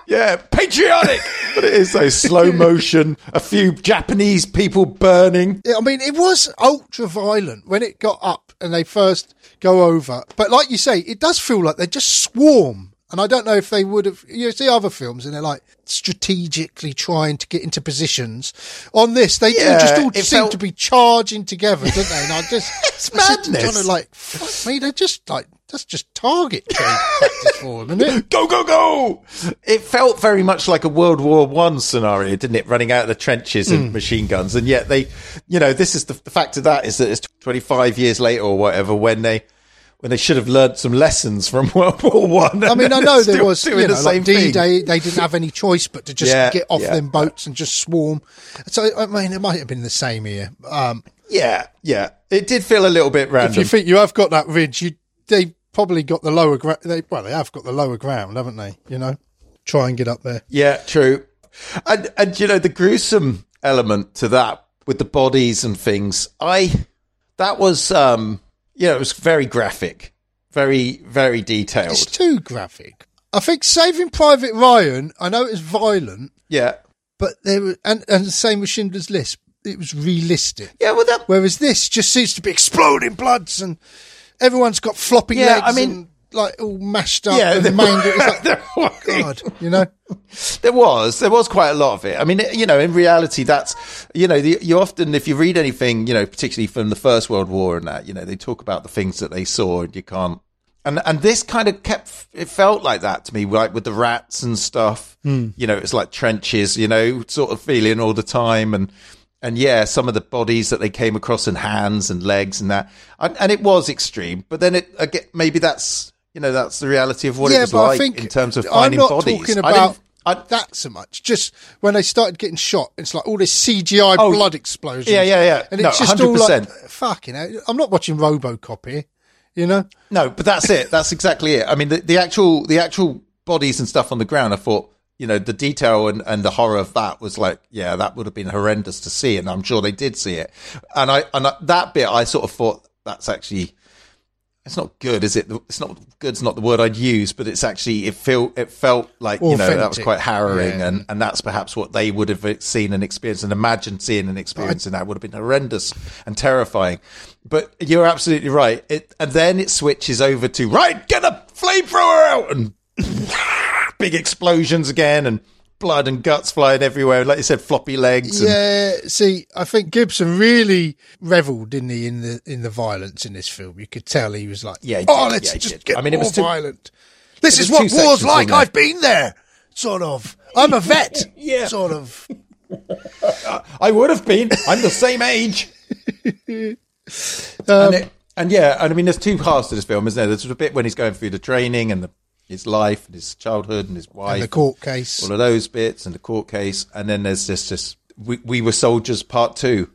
B: Yeah, patriotic. but it is though slow motion, a few Japanese people burning.
A: Yeah, I mean, it was ultra violent when it got up and they first go over. But like you say, it does feel like they just swarm. And I don't know if they would have. You see other films and they're like strategically trying to get into positions. On this, they do
B: Yeah,
A: just all
B: it
A: seem
B: felt-
A: to be charging together, don't they? And I just.
B: It's
A: I said to
B: madness.
A: John, I'm like, fuck me, they're just like, that's just target training practice for them, isn't it?
B: Go go go! It felt very much like a World War One scenario, didn't it? Running out of the trenches
A: Hmm.
B: and machine guns, and yet they, you know, this is the, the fact of that is that it's twenty five years later or whatever when they. When they should have learned some lessons from World War One.
A: I mean, I know there was,
B: doing
A: you
B: the
A: know,
B: same
A: like
B: thing.
A: D-Day, they didn't have any choice but to just
B: Yeah,
A: get off
B: yeah.
A: them boats and just swarm. So, I mean, it might have been the same here. Um,
B: Yeah, yeah. It did feel a little bit
A: if
B: random.
A: you think you have got that ridge, you they probably got the lower ground. They well, they have got the lower ground, haven't they? You know, try and get up there.
B: Yeah, true. And and you know the gruesome element to that with the bodies and things. I that was um you know it was very graphic, very very detailed.
A: It's too graphic. I think Saving Private Ryan. I know it was violent,
B: yeah,
A: but there were, and and the same with Schindler's List. It was realistic.
B: yeah. Well, that
A: Whereas this just seems to be exploding bloods and everyone's got floppy
B: Yeah,
A: legs.
B: I mean-
A: and, like all mashed up
B: yeah.
A: and
B: there-
A: mangled. It's
B: there was-
A: like, God, you know.
B: There was there was quite a lot of it. I mean, it- you know, in reality, that's you know, the, you often if you read anything, you know, particularly from the First World War and that, you know, they talk about the things that they saw and you can't. And and this kind of kept it felt like that to me, like with the rats and stuff.
A: Hmm.
B: You know, it's like trenches, you know, sort of feeling all the time and. And yeah, some of the bodies that they came across and hands and legs and that, and, and it was extreme. But then it, I get, maybe that's you know that's the reality of what it
A: yeah,
B: was
A: but
B: like
A: I think
B: in terms of
A: I'm
B: finding
A: not
B: bodies.
A: talking
B: I didn't-
A: about
B: I-
A: that so much. Just when they started getting shot, it's like all this CGI
B: Oh,
A: blood explosion.
B: yeah, yeah, yeah.
A: And
B: No,
A: it's just all like
B: 100%.
A: fucking. Hell, I'm not watching RoboCop here. You know,
B: No, but that's it. That's exactly it. I mean, the, the actual the actual bodies and stuff on the ground. I thought, you know, the detail and, and the horror of that was like, yeah, that would have been horrendous to see, and I'm sure they did see it. And I and I, that bit, I sort of thought that's actually it's not good, is it? It's not good's not the word I'd use, but it's actually it felt it felt like you know that was
A: Authentic.
B: quite harrowing,
A: Yeah.
B: and and that's perhaps what they would have seen and experienced and imagined seeing and experiencing. That would have been horrendous and terrifying. But you're absolutely right. It and then it switches over to right, get a flamethrower out and big explosions again and blood and guts flying everywhere. Like you said, floppy legs. and-
A: yeah. See, I think Gibson really revelled, didn't he, in the in the violence in this film? You could tell he was like,
B: Yeah, he
A: oh,
B: did.
A: let's
B: Yeah, he
A: just
B: did.
A: get
B: I mean, it
A: more
B: was too-
A: violent. This is
B: was
A: what
B: two
A: war's
B: sections,
A: like.
B: wasn't it?
A: I've been there, sort of. I'm a vet, yeah. sort of.
B: I would have been. I'm the same age. and,
A: Um,
B: it- and yeah, and I mean, there's two halves to this film, isn't there? There's a bit when he's going through the training and the, his life and his childhood and his wife,
A: In the court case.
B: all of those bits, and the court case, and then there's this this we, we were soldiers part two.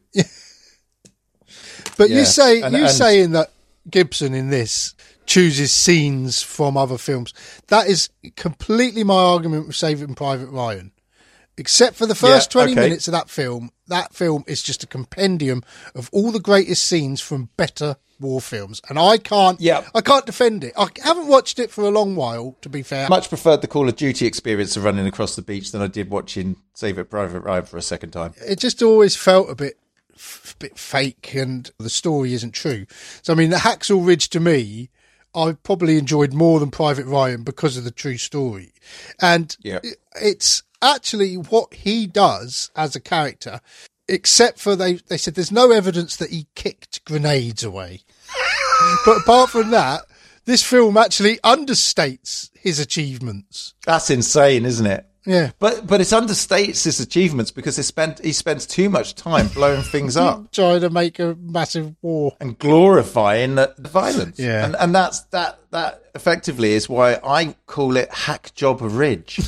A: But
B: Yeah.
A: you say
B: And-
A: you
B: and-
A: saying that Gibson in this chooses scenes from other films. That is completely my argument with Saving Private Ryan. Except for the first
B: Yeah,
A: 20
B: okay.
A: minutes of that film, that film is just a compendium of all the greatest scenes from better war films. And I can't
B: Yeah.
A: I can't defend it. I haven't watched it for a long while, to be fair.
B: Much preferred the Call of Duty experience of running across the beach than I did watching Save It Private Ryan for a second time.
A: it just always felt a bit f- bit fake and the story isn't true. So I mean the Hacksaw Ridge to me I probably enjoyed more than Private Ryan because of the true story. And
B: Yeah.
A: i- it's actually what he does as a character except for they they said there's no evidence that he kicked grenades away. but apart from that this film actually understates his achievements.
B: That's insane, isn't it?
A: Yeah.
B: But but it understates his achievements because he spent he spends too much time blowing things up
A: Trying to make a massive war.
B: and glorifying the the violence.
A: Yeah.
B: And and that's that that effectively is why I call it hack job ridge.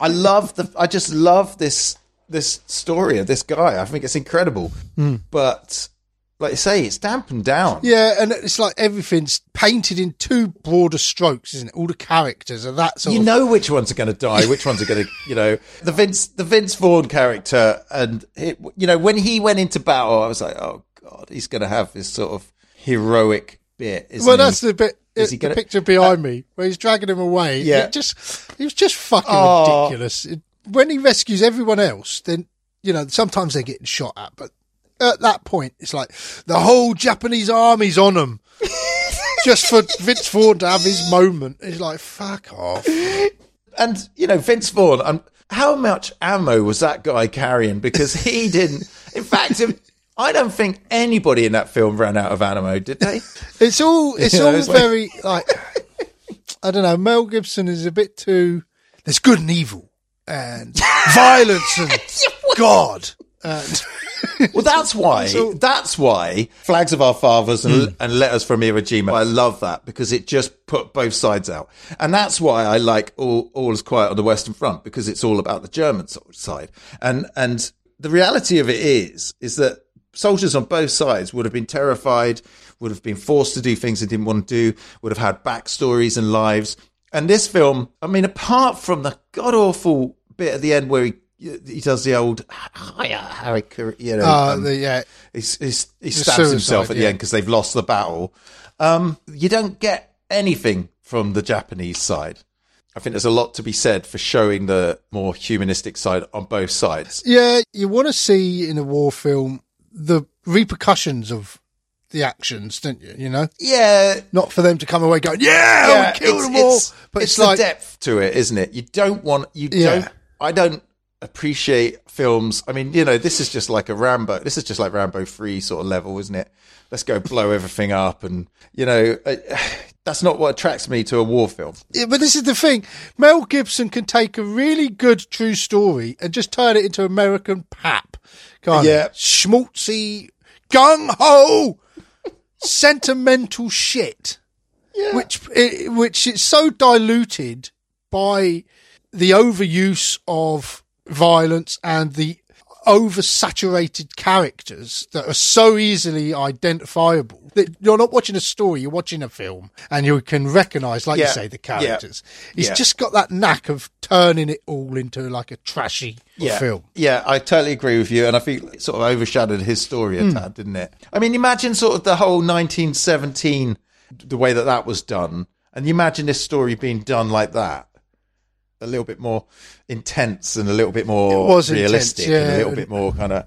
B: I love the I just love this this story of this guy. I think it's incredible. But like you say, it's dampened down.
A: Hmm. Yeah, and it's like everything's painted in two broader strokes, isn't it? All the characters are that sort
B: You
A: of.
B: know which ones are going to die, which ones are going to, you know, the Vince, the Vince Vaughn character, and it, you know when he went into battle, I was like, oh god, he's going to have this sort of heroic bit. Isn't
A: Well,
B: he?
A: that's the bit.
B: Is he
A: the
B: gonna-
A: picture behind me where he's dragging him away.
B: Yeah.
A: it just it was just fucking
B: Oh.
A: ridiculous. It- when he rescues everyone else, then you know sometimes they're getting shot at, but at that point it's like the whole Japanese army's on them. just for Vince Vaughn to have his moment, it's like fuck off.
B: and you know Vince Vaughn. Um, how much ammo was that guy carrying? Because he didn't. In fact, if, I don't think anybody in that film ran out of ammo, did they?
A: It's all it's
B: You know,
A: all
B: it's like-
A: very like I don't know. Mel Gibson is a bit too. There's good and evil and violence and God. And
B: Well, that's why. that's why flags of our fathers and, and letters from Iwo Jima. I love that because it just put both sides out, and that's why I like all all is quiet on the Western Front because it's all about the German sort of side. And and the reality of it is is that soldiers on both sides would have been terrified, would have been forced to do things they didn't want to do, would have had backstories and lives. And this film, I mean, apart from the god awful bit at the end where he he does the old hiya, Harry, Cur- you know,
A: uh,
B: um,
A: the, yeah,
B: He's, he's, he stabs himself
A: suicide,
B: at the
A: yeah.
B: end because they've lost the battle. Um, you don't get anything from the Japanese side. I think there's a lot to be said for showing the more humanistic side on both sides.
A: yeah. You want to see in a war film the repercussions of the actions, don't you? You know,
B: Yeah,
A: not for them to come away going, "Yeah,
B: yeah,
A: we killed
B: it's-
A: them all,"
B: it's-
A: but it's,
B: it's
A: like,
B: the depth to it, isn't it? You don't want you
A: Yeah.
B: don't. I don't appreciate films. I mean, you know, this is just like a Rambo. This is just like Rambo three sort of level, isn't it? Let's go blow everything up, and you know, uh, that's not what attracts me to a war film.
A: Yeah, but this is the thing: Mel Gibson can take a really good true story and just turn it into American pap, kind
B: Yeah.
A: of schmaltzy, gung ho, sentimental shit.
B: Yeah.
A: Which it, which is so diluted by the overuse of violence and the oversaturated characters that are so easily identifiable that you're not watching a story, you're watching a film, and you can recognise, like you
B: Yeah.
A: say, the
B: Yeah.
A: characters. He's
B: Yeah.
A: just got that knack of turning it all into like a trashy film.
B: Yeah, I totally agree with you, and I think it sort of overshadowed his story a
A: Hmm.
B: tad, didn't it? I mean, imagine sort of the whole 1917, the way that that was done, and you imagine this story being done like that, a little bit more intense and a little bit more
A: It was
B: realistic,
A: intense,
B: and
A: yeah.
B: a little bit more kind of.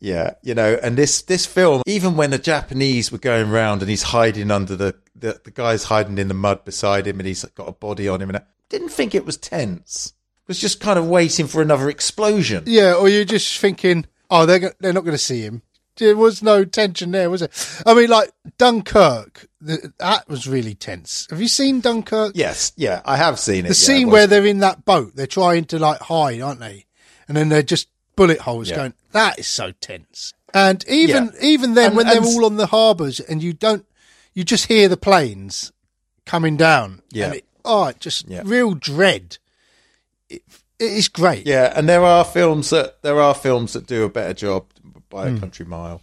B: Yeah, you know, and this this film, even when the Japanese were going round and he's hiding under the, the the guy's hiding in the mud beside him, and he's got a body on him, and I didn't think it was tense. It was just kind of waiting for another explosion.
A: Yeah, or you're just thinking, oh, they're go- they're not going to see him. There was no tension there, was it? I mean, like Dunkirk, the, that was really tense. Have you seen Dunkirk?
B: Yes, yeah, I have seen it.
A: the scene where they're in that boat, they're trying to like hide, aren't they? And then they're just bullet holes
B: Yeah.
A: going. That is so tense. And even even then,
B: And-
A: when
B: and-
A: they're all on the harbours, and you don't, you just hear the planes coming down.
B: Yeah.
A: And it, oh, it just
B: Yeah.
A: real dread. It, it is great.
B: yeah, and there are films that there are films that do a better job by
A: Hmm.
B: a country mile,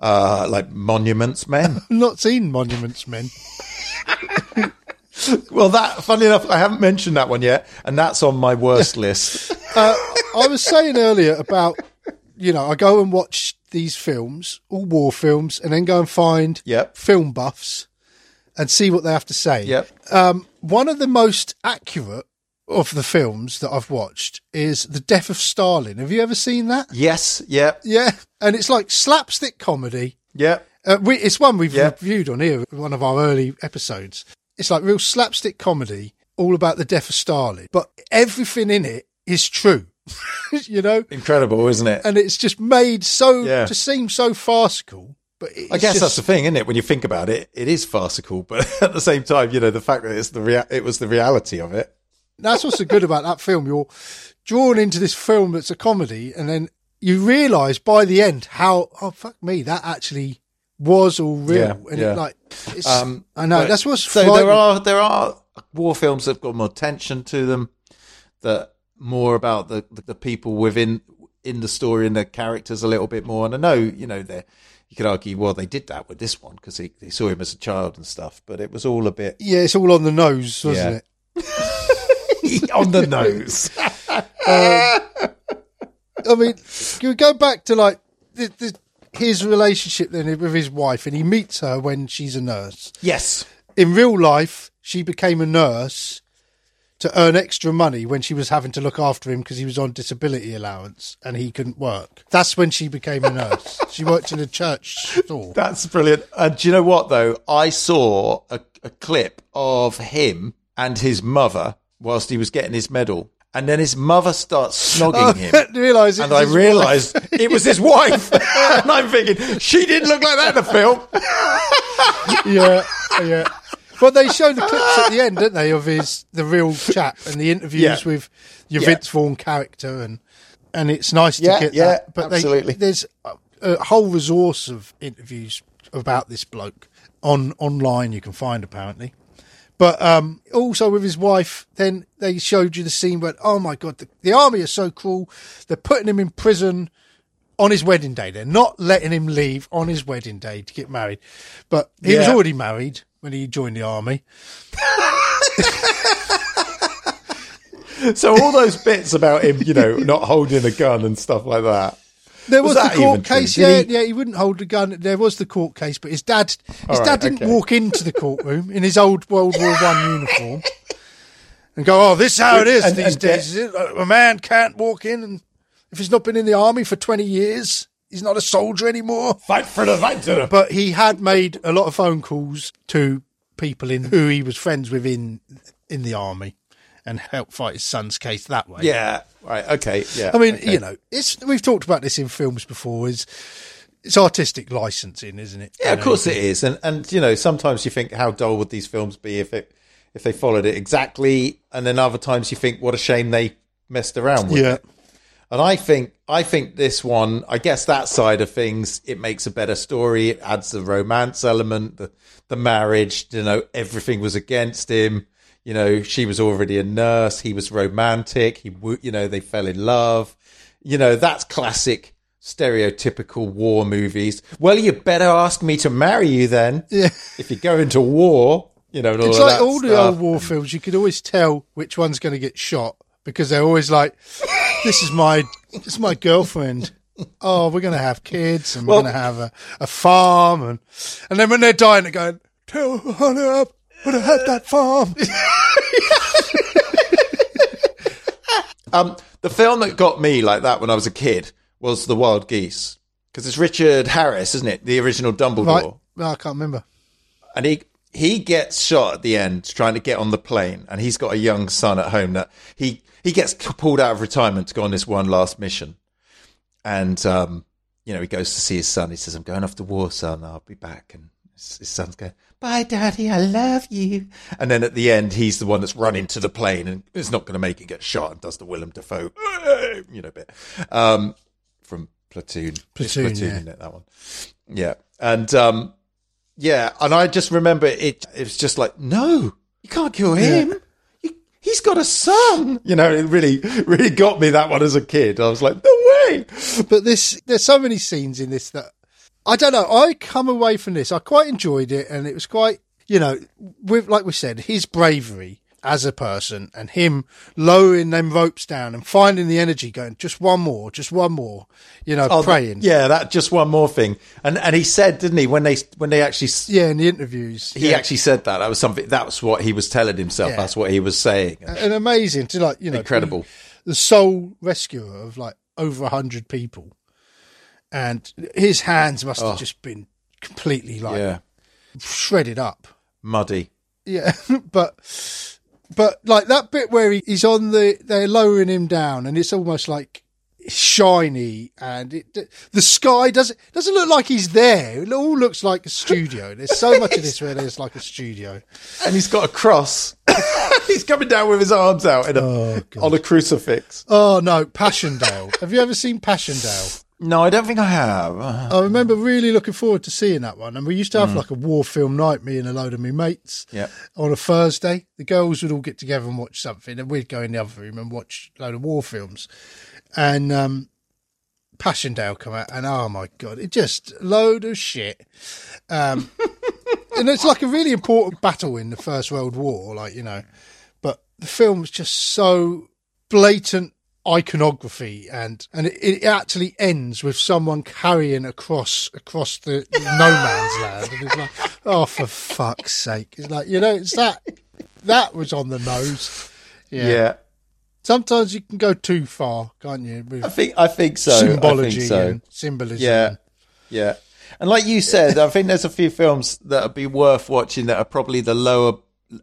B: uh, like Monuments Men.
A: I've not seen Monuments Men.
B: well, that funny enough, I haven't mentioned that one yet, and that's on my worst list.
A: I was saying earlier about, you know, I go and watch these films, all war films, and then go and find
B: Yep.
A: film buffs and see what they have to say.
B: Yep.
A: Um, one of the most accurate of the films that I've watched is The Death of Stalin. Have you ever seen that?
B: Yes, yep,
A: Yeah. And it's like slapstick comedy.
B: yep.
A: Uh, we, it's one we've
B: Yeah.
A: reviewed on here, in one of our early episodes. It's like real slapstick comedy, all about the death of Stalin, but everything in it is true, you know?
B: Incredible, isn't it?
A: And it's just made so,
B: Yeah.
A: to seem so farcical. But it's
B: I guess
A: just,
B: that's the thing, isn't it? When you think about it, it is farcical, but at the same time, you know, the fact that it's the rea- it was the reality of it.
A: That's what's so good about that film. You're drawn into this film that's a comedy, and then you realise by the end how oh fuck me, that actually was all real.
B: Yeah,
A: and
B: yeah.
A: It, like it's,
B: Um,
A: I know
B: but-
A: that's what's
B: So there
A: frightening.
B: are there are war films that've got more tension to them, that more about the, the, the people within in the story and their characters a little bit more. And I know you know they you could argue well they did that with this one because they, they saw him as a child and stuff, but it was all a bit
A: Yeah, it's all on the nose, wasn't
B: Yeah.
A: it?
B: on the nose.
A: I mean, can we go back to like the, the, his relationship then with his wife, and he meets her when she's a nurse.
B: yes,
A: In real life, she became a nurse to earn extra money when she was having to look after him because he was on disability allowance and he couldn't work. That's when she became a nurse. she worked in a church store.
B: That's brilliant. And do you know what though? I saw a, a clip of him and his mother whilst he was getting his medal, and then his mother starts snogging him.
A: realize
B: And I realised it was his wife, and I'm thinking she didn't look like that in the film.
A: yeah, yeah. Well, they show the clips at the end, don't they, of his the real chap and the interviews
B: Yeah.
A: with your
B: Yeah.
A: Vince Vaughn character, and and it's nice to
B: Yeah,
A: get
B: yeah,
A: that. But
B: absolutely.
A: They, there's a, a whole resource of interviews about this bloke on online you can find apparently. But um, also with his wife, then they showed you the scene where, oh my God, the, the army are so cruel. They're putting him in prison on his wedding day. They're not letting him leave on his wedding day to get married. But he was
B: Yeah.
A: already married when he joined the army.
B: So all those bits about him, you know, not holding a gun and stuff like that.
A: There was,
B: Was
A: the
B: that even
A: court
B: true?
A: case.
B: Did
A: Yeah,
B: he-
A: yeah, he wouldn't hold a gun. There was the court case, but his dad, his
B: All right,
A: dad didn't
B: okay.
A: walk into the courtroom in his old World War One uniform and go, "Oh, this is how it is
B: And-
A: these
B: and
A: days. is it? A man can't walk in, and if he's not been in the army for twenty years, he's not a soldier anymore."
B: Fight for the fight for the.
A: But he had made a lot of phone calls to people in who he was friends with in in the army, and helped fight his son's case that way.
B: Yeah. Right. Okay. Yeah.
A: I mean,
B: okay.
A: you know, it's we've talked about this in films before. Is it's artistic licensing, isn't it?
B: Yeah,
A: You
B: of
A: know,
B: course it is, and and you know sometimes you think how dull would these films be if it if they followed it exactly, and then other times you think what a shame they messed around with.
A: Yeah,
B: it. and I think I think this one, I guess that side of things, it makes a better story. It adds the romance element, the the marriage. You know, everything was against him. You know, she was already a nurse. He was romantic. He, wo- you know, they fell in love. You know, that's classic stereotypical war movies. Well, you better ask me to marry you then.
A: Yeah.
B: If you go into war, you know, and all
A: it's
B: of
A: like
B: that
A: all the
B: stuff.
A: old war films. You could always tell which one's going to get shot because they're always like, "This is my this is my girlfriend." Oh, we're going to have kids, and we're
B: Well-
A: going to have a, a farm, and and then when they're dying, they're going, "Tell her up, would have had that farm."
B: Um, the film that got me like that when I was a kid was The Wild Geese because it's Richard Harris, isn't it? The original Dumbledore,
A: Right? No, I can't remember.
B: and he he gets shot at the end trying to get on the plane, and he's got a young son at home that he he gets pulled out of retirement to go on this one last mission, and um, you know he goes to see his son. He says, "I'm going off to war, son. I'll be back." And his his son's going, "Bye, daddy. I love you." And then at the end, he's the one that's running to the plane and is not going to make it. Get shot and does the Willem Dafoe, you know, bit um, from Platoon. It's
A: Platoon, yeah.
B: isn't it, that one. Yeah, and um, yeah, and I just remember it. It was just like, no, you can't kill him. You- He's got a son. You know, it really, really got me that one as a kid. I was like, no way.
A: but this there's so many scenes in this that I don't know. I come away from this. I quite enjoyed it, and it was quite you know with like we said his bravery as a person and him lowering them ropes down and finding the energy going just one more just one more you know praying
B: Oh, Yeah, that just one more thing. And and he said, didn't he, when they when they actually s-
A: yeah in the interviews
B: he
A: yeah.
B: actually said that that was something that was what he was telling himself.
A: Yeah.
B: That's what he was saying.
A: and amazing to like you know
B: Incredible.
A: be the sole rescuer of like over a hundred people and his hands must have just been completely like
B: Oh. Yeah,
A: shredded up
B: muddy.
A: Yeah, but but like that bit where he, he's on the they're lowering him down, and it's almost like shiny, and it the sky doesn't doesn't look like he's there. It all looks like a studio. There's so much of this where there's like a studio.
B: and he's got a cross He's coming down with his arms out in a, on a crucifix.
A: Oh no, Passchendaele. Have you ever seen Passchendaele?
B: No, I don't think I have.
A: I remember really looking forward to seeing that one. And we used to have like a war film night, me and a load of my mates.
B: Yep.
A: On a Thursday, the girls would all get together and watch something, and we'd go in the other room and watch a load of war films. And um, Passchendaele come out, and oh my god, it just load of shit. Um, and it's like a really important battle in the First World War, like you know. But the film's just so blatant iconography and and it, it actually ends with someone carrying across across the no man's land and it's like oh for fuck's sake it's like you know it's that that was on the nose
B: Yeah.
A: sometimes you can go too far can't you
B: I
A: with
B: think I think so. I
A: symbology
B: think so.
A: and symbolism
B: Yeah, yeah. And like you said, I think there's a few films that would be worth watching that are probably the lower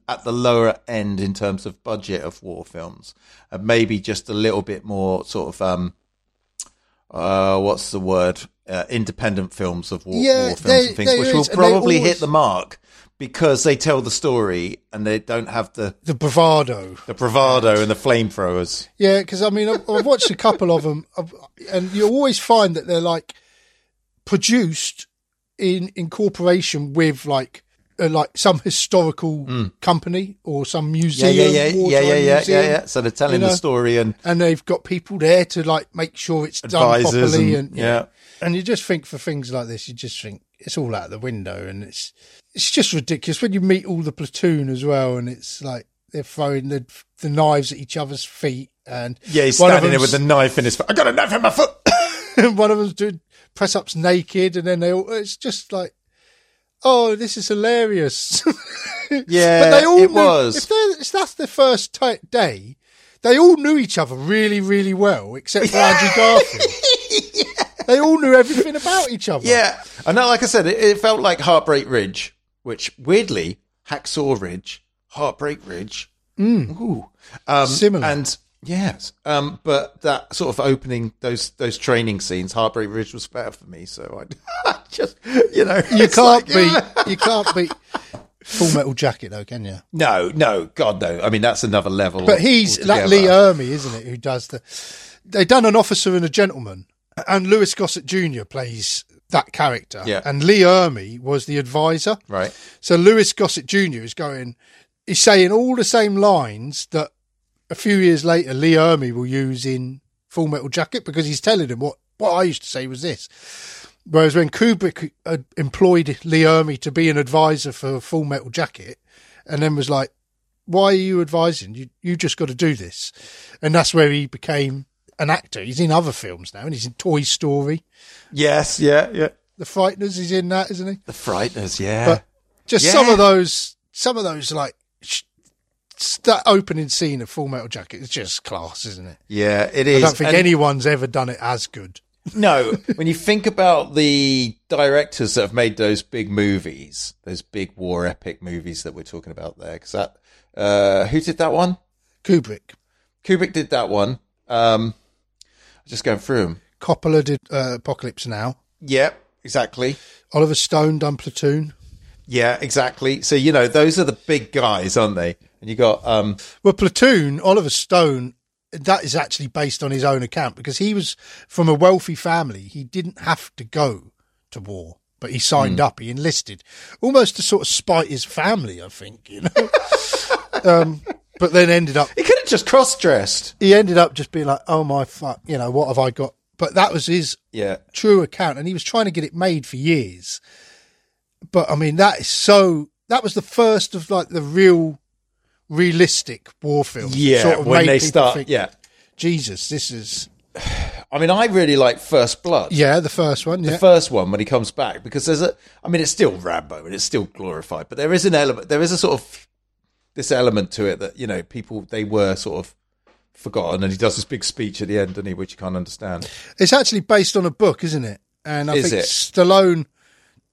B: at the lower end in terms of budget of war films, and maybe just a little bit more sort of um, uh, what's the word? Uh, independent films of war,
A: Yeah,
B: war films
A: they-
B: and things,
A: there
B: which
A: is,
B: will
A: and they
B: probably
A: always-
B: hit the mark because they tell the story and they don't have the
A: the bravado
B: the bravado and the flamethrowers.
A: Yeah, because I mean, I've, I've watched a couple of them, and you always find that they're like produced in in corporation with like uh, like some historical company or some
B: Mm. Yeah,
A: museum.
B: yeah, yeah, yeah,
A: wartime
B: yeah, yeah, yeah,
A: museum,
B: yeah. So they're telling
A: You know?
B: the story and
A: And they've got people there to like make sure it's done
B: advisors
A: properly,
B: and,
A: and,
B: yeah.
A: and you just think for things like this, you just think it's all out the window, and it's it's just ridiculous when you meet all the platoon as well, and it's like they're throwing the the knives at each other's feet, and
B: Yeah, he's
A: one of
B: standing there with a
A: them's-
B: knife in his foot. I got a knife in my foot.
A: one of them's doing press ups naked, and then they all it's just like. Oh, this is hilarious!
B: Yeah, it was.
A: If, they're- if that's their first ti day, they all knew each other really, really well, except for Andrew Garfield. They all knew everything about each other.
B: yeah, and that, like I said, it, it felt like Heartbreak Ridge, which weirdly, Hacksaw Ridge, Heartbreak Ridge, ooh, um,
A: Similar.
B: and yes, um, but that sort of opening those those training scenes, Heartbreak Ridge was better for me. So I, I just you know
A: you can't beat. You can't beat Full Metal Jacket, though, can you?
B: no no God no. I mean that's another level.
A: But he's that
B: altogether.
A: Lee Ermey, isn't it? Who does the? They done an officer and a gentleman, and Lewis Gossett Jr. plays that character.
B: Yeah.
A: And Lee Ermey was the advisor.
B: right?
A: So Lewis Gossett Jr. is going. He's saying all the same lines that a few years later Lee Ermey will use in Full Metal Jacket because he's telling him what what I used to say was this. Whereas when Kubrick uh, employed Lee Ermey to be an advisor for Full Metal Jacket, and then was like, "Why are you advising? You you just got to do this," and that's where he became an actor. He's in other films now, and he's in Toy Story,
B: Yes, yeah, yeah.
A: The Frighteners. He's in that, isn't he?
B: The Frighteners, yeah.
A: But just some
B: Yeah.
A: of those, some of those like sh- s- that opening scene of Full Metal Jacket is just class, isn't it?
B: yeah, it
A: I
B: is.
A: don't think
B: And-
A: anyone's ever done it as good.
B: No, when you think about the directors that have made those big movies, those big war epic movies that we're talking about there, because that uh, who did that one?
A: Kubrick,
B: Kubrick did that one. Um, just going through them.
A: Coppola did uh, Apocalypse Now.
B: Yep, exactly.
A: Oliver Stone done Platoon.
B: Yeah, exactly. So you know those are the big guys, aren't they? And you got um,
A: Well, Platoon, Oliver Stone, that is actually based on his own account because he was from a wealthy family. He didn't have to go to war, but he signed
B: Hmm.
A: up, he enlisted, almost to sort of spite his family, I think, you know. um, but then ended up,
B: he could have just cross dressed.
A: he ended up just being like, oh my fuck, you know, what have I got? But that was his
B: Yeah,
A: true account and he was trying to get it made for years but i mean that is so that was the first of like the real realistic war films that
B: yeah.
A: sort of
B: when
A: made
B: they
A: people
B: start,
A: think,
B: yeah.
A: jesus this is
B: I mean, I really like First Blood.
A: yeah the first one yeah
B: the first one when he comes back because there's a i mean it's still rambo and it's still glorified but there is an element there is a sort of this element to it that you know people they were sort of forgotten and he does this big speech at the end doesn't he which you can't understand
A: it's actually based on a book isn't it and i
B: Is
A: think
B: it?
A: stallone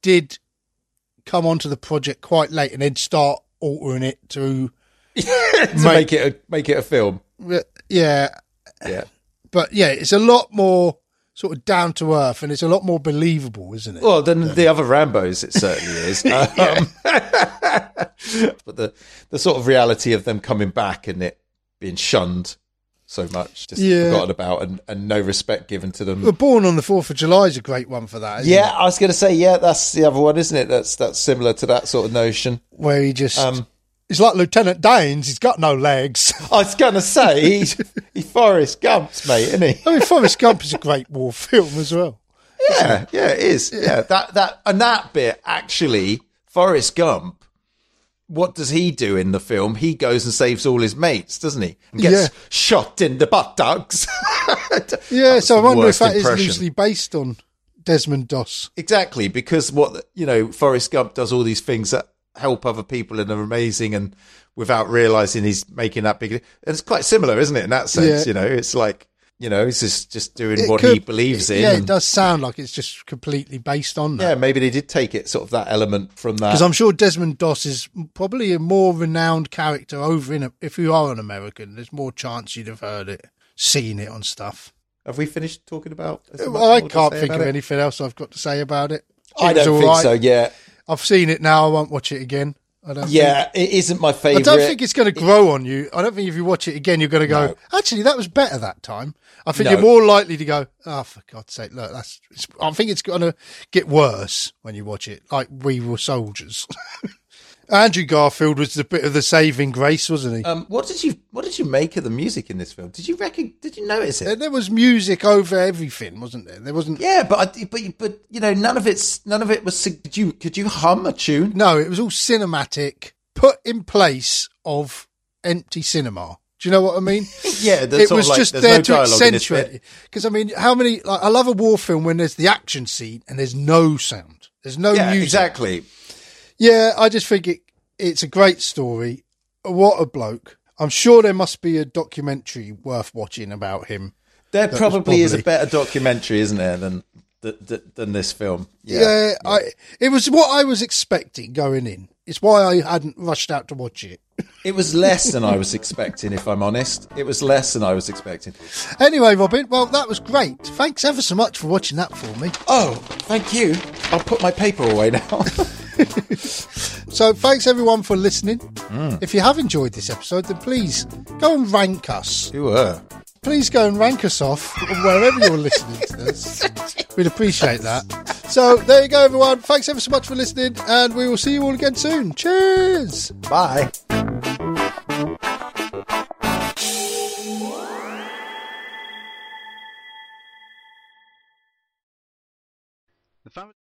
A: did come onto the project quite late and then start altering it to
B: to make it a, make it a film
A: yeah
B: yeah
A: but yeah it's a lot more sort of down to earth, and it's a lot more believable, isn't it?
B: Well, than the other Rambo's, it certainly is. Um, but the the sort of reality of them coming back and it being shunned so much, just
A: Yeah.
B: forgotten about, and, and no respect given to them.
A: But Born on the Fourth of July is a great one for that. isn't
B: Yeah,
A: it?
B: I was going to say, yeah, that's the other one, isn't it? That's that's similar to that sort of notion.
A: where he just.
B: Um,
A: it's like Lieutenant Danes, he's got no legs.
B: I was going to say, he, he Forrest Gump's mate, isn't he?
A: I mean, Forrest Gump is a great war film as well.
B: Yeah, yeah, it is. Yeah, that that and that bit actually, Forrest Gump. What does he do in the film? He goes and saves all his mates, doesn't he? And gets
A: Yeah.
B: shot in the buttocks.
A: Yeah,
B: was
A: so I
B: the
A: wonder if
B: worst
A: that is
B: impression.
A: loosely based on Desmond Doss.
B: exactly, because what you know, Forrest Gump does all these things that help other people and are amazing, and without realizing he's making that big. And it's quite similar, isn't it? In that sense,
A: Yeah.
B: you know, it's like you know, he's just just doing
A: It
B: what he
A: could-
B: believes in.
A: Yeah, it
B: and-
A: does sound like it's just completely based on that.
B: yeah, maybe they did take it sort of that element from that.
A: Because I'm sure Desmond Doss is probably a more renowned character over in. If you are an American, there's more chance you'd have heard it, seen it on stuff.
B: Have we finished talking about? is there much
A: Well, I
B: more to
A: can't
B: say
A: think
B: about
A: of
B: it?
A: anything else I've got to say about it.
B: I
A: It was
B: don't
A: all
B: think
A: right.
B: so. Yeah,
A: I've seen it now. I won't watch it again. I don't.
B: yeah, it isn't my
A: I
B: favorite.
A: don't think it's going to grow on you. I don't think if you watch it again, you're going to go, actually, that was better that time. I think
B: No.
A: you're more likely to go, oh, for God's sake, look, that's. It's, I think it's going to get worse when you watch it, like We Were Soldiers. Andrew Garfield was the bit of the saving grace, wasn't he?
B: Um, what did you What did you make of the music in this film? Did you reckon? Did you notice
A: Uh,
B: it?
A: there was music over everything, wasn't there? There wasn't.
B: Yeah, but I, but but you know, none of it's none of it was. sig- Could you Could you hum a tune?
A: No, it was all cinematic, put in place of empty cinema. Do you know what I mean?
B: Yeah, the
A: it
B: sort of
A: was
B: like,
A: just
B: there's
A: there
B: no
A: to
B: dialogue in this
A: accentuate it. Because I mean, how many? Like, I love a war film when there's the action scene and there's no sound. There's no
B: Yeah,
A: music.
B: exactly.
A: Yeah, I just think it, it's a great story. What a bloke! I'm sure there must be a documentary worth watching about him.
B: There probably, is a
A: probably-
B: better documentary, isn't there, than th- th- than this film?
A: Yeah, I, it was what I was expecting going in. It's why I hadn't rushed out to watch it.
B: it was less than I was expecting. If I'm honest, it was less than I was expecting.
A: Anyway, Robin, well, that was great. Thanks ever so much for watching that for me.
B: Oh, thank you. I'll put my paper away now.
A: So, thanks everyone for listening. If you have enjoyed this episode, then please go and rank us.
B: you were.
A: Please go and rank us off wherever you're listening to this. We'd appreciate that. So, there you go, everyone. Thanks ever so much for listening, and we will see you all again soon. Cheers.
B: Bye.
C: The family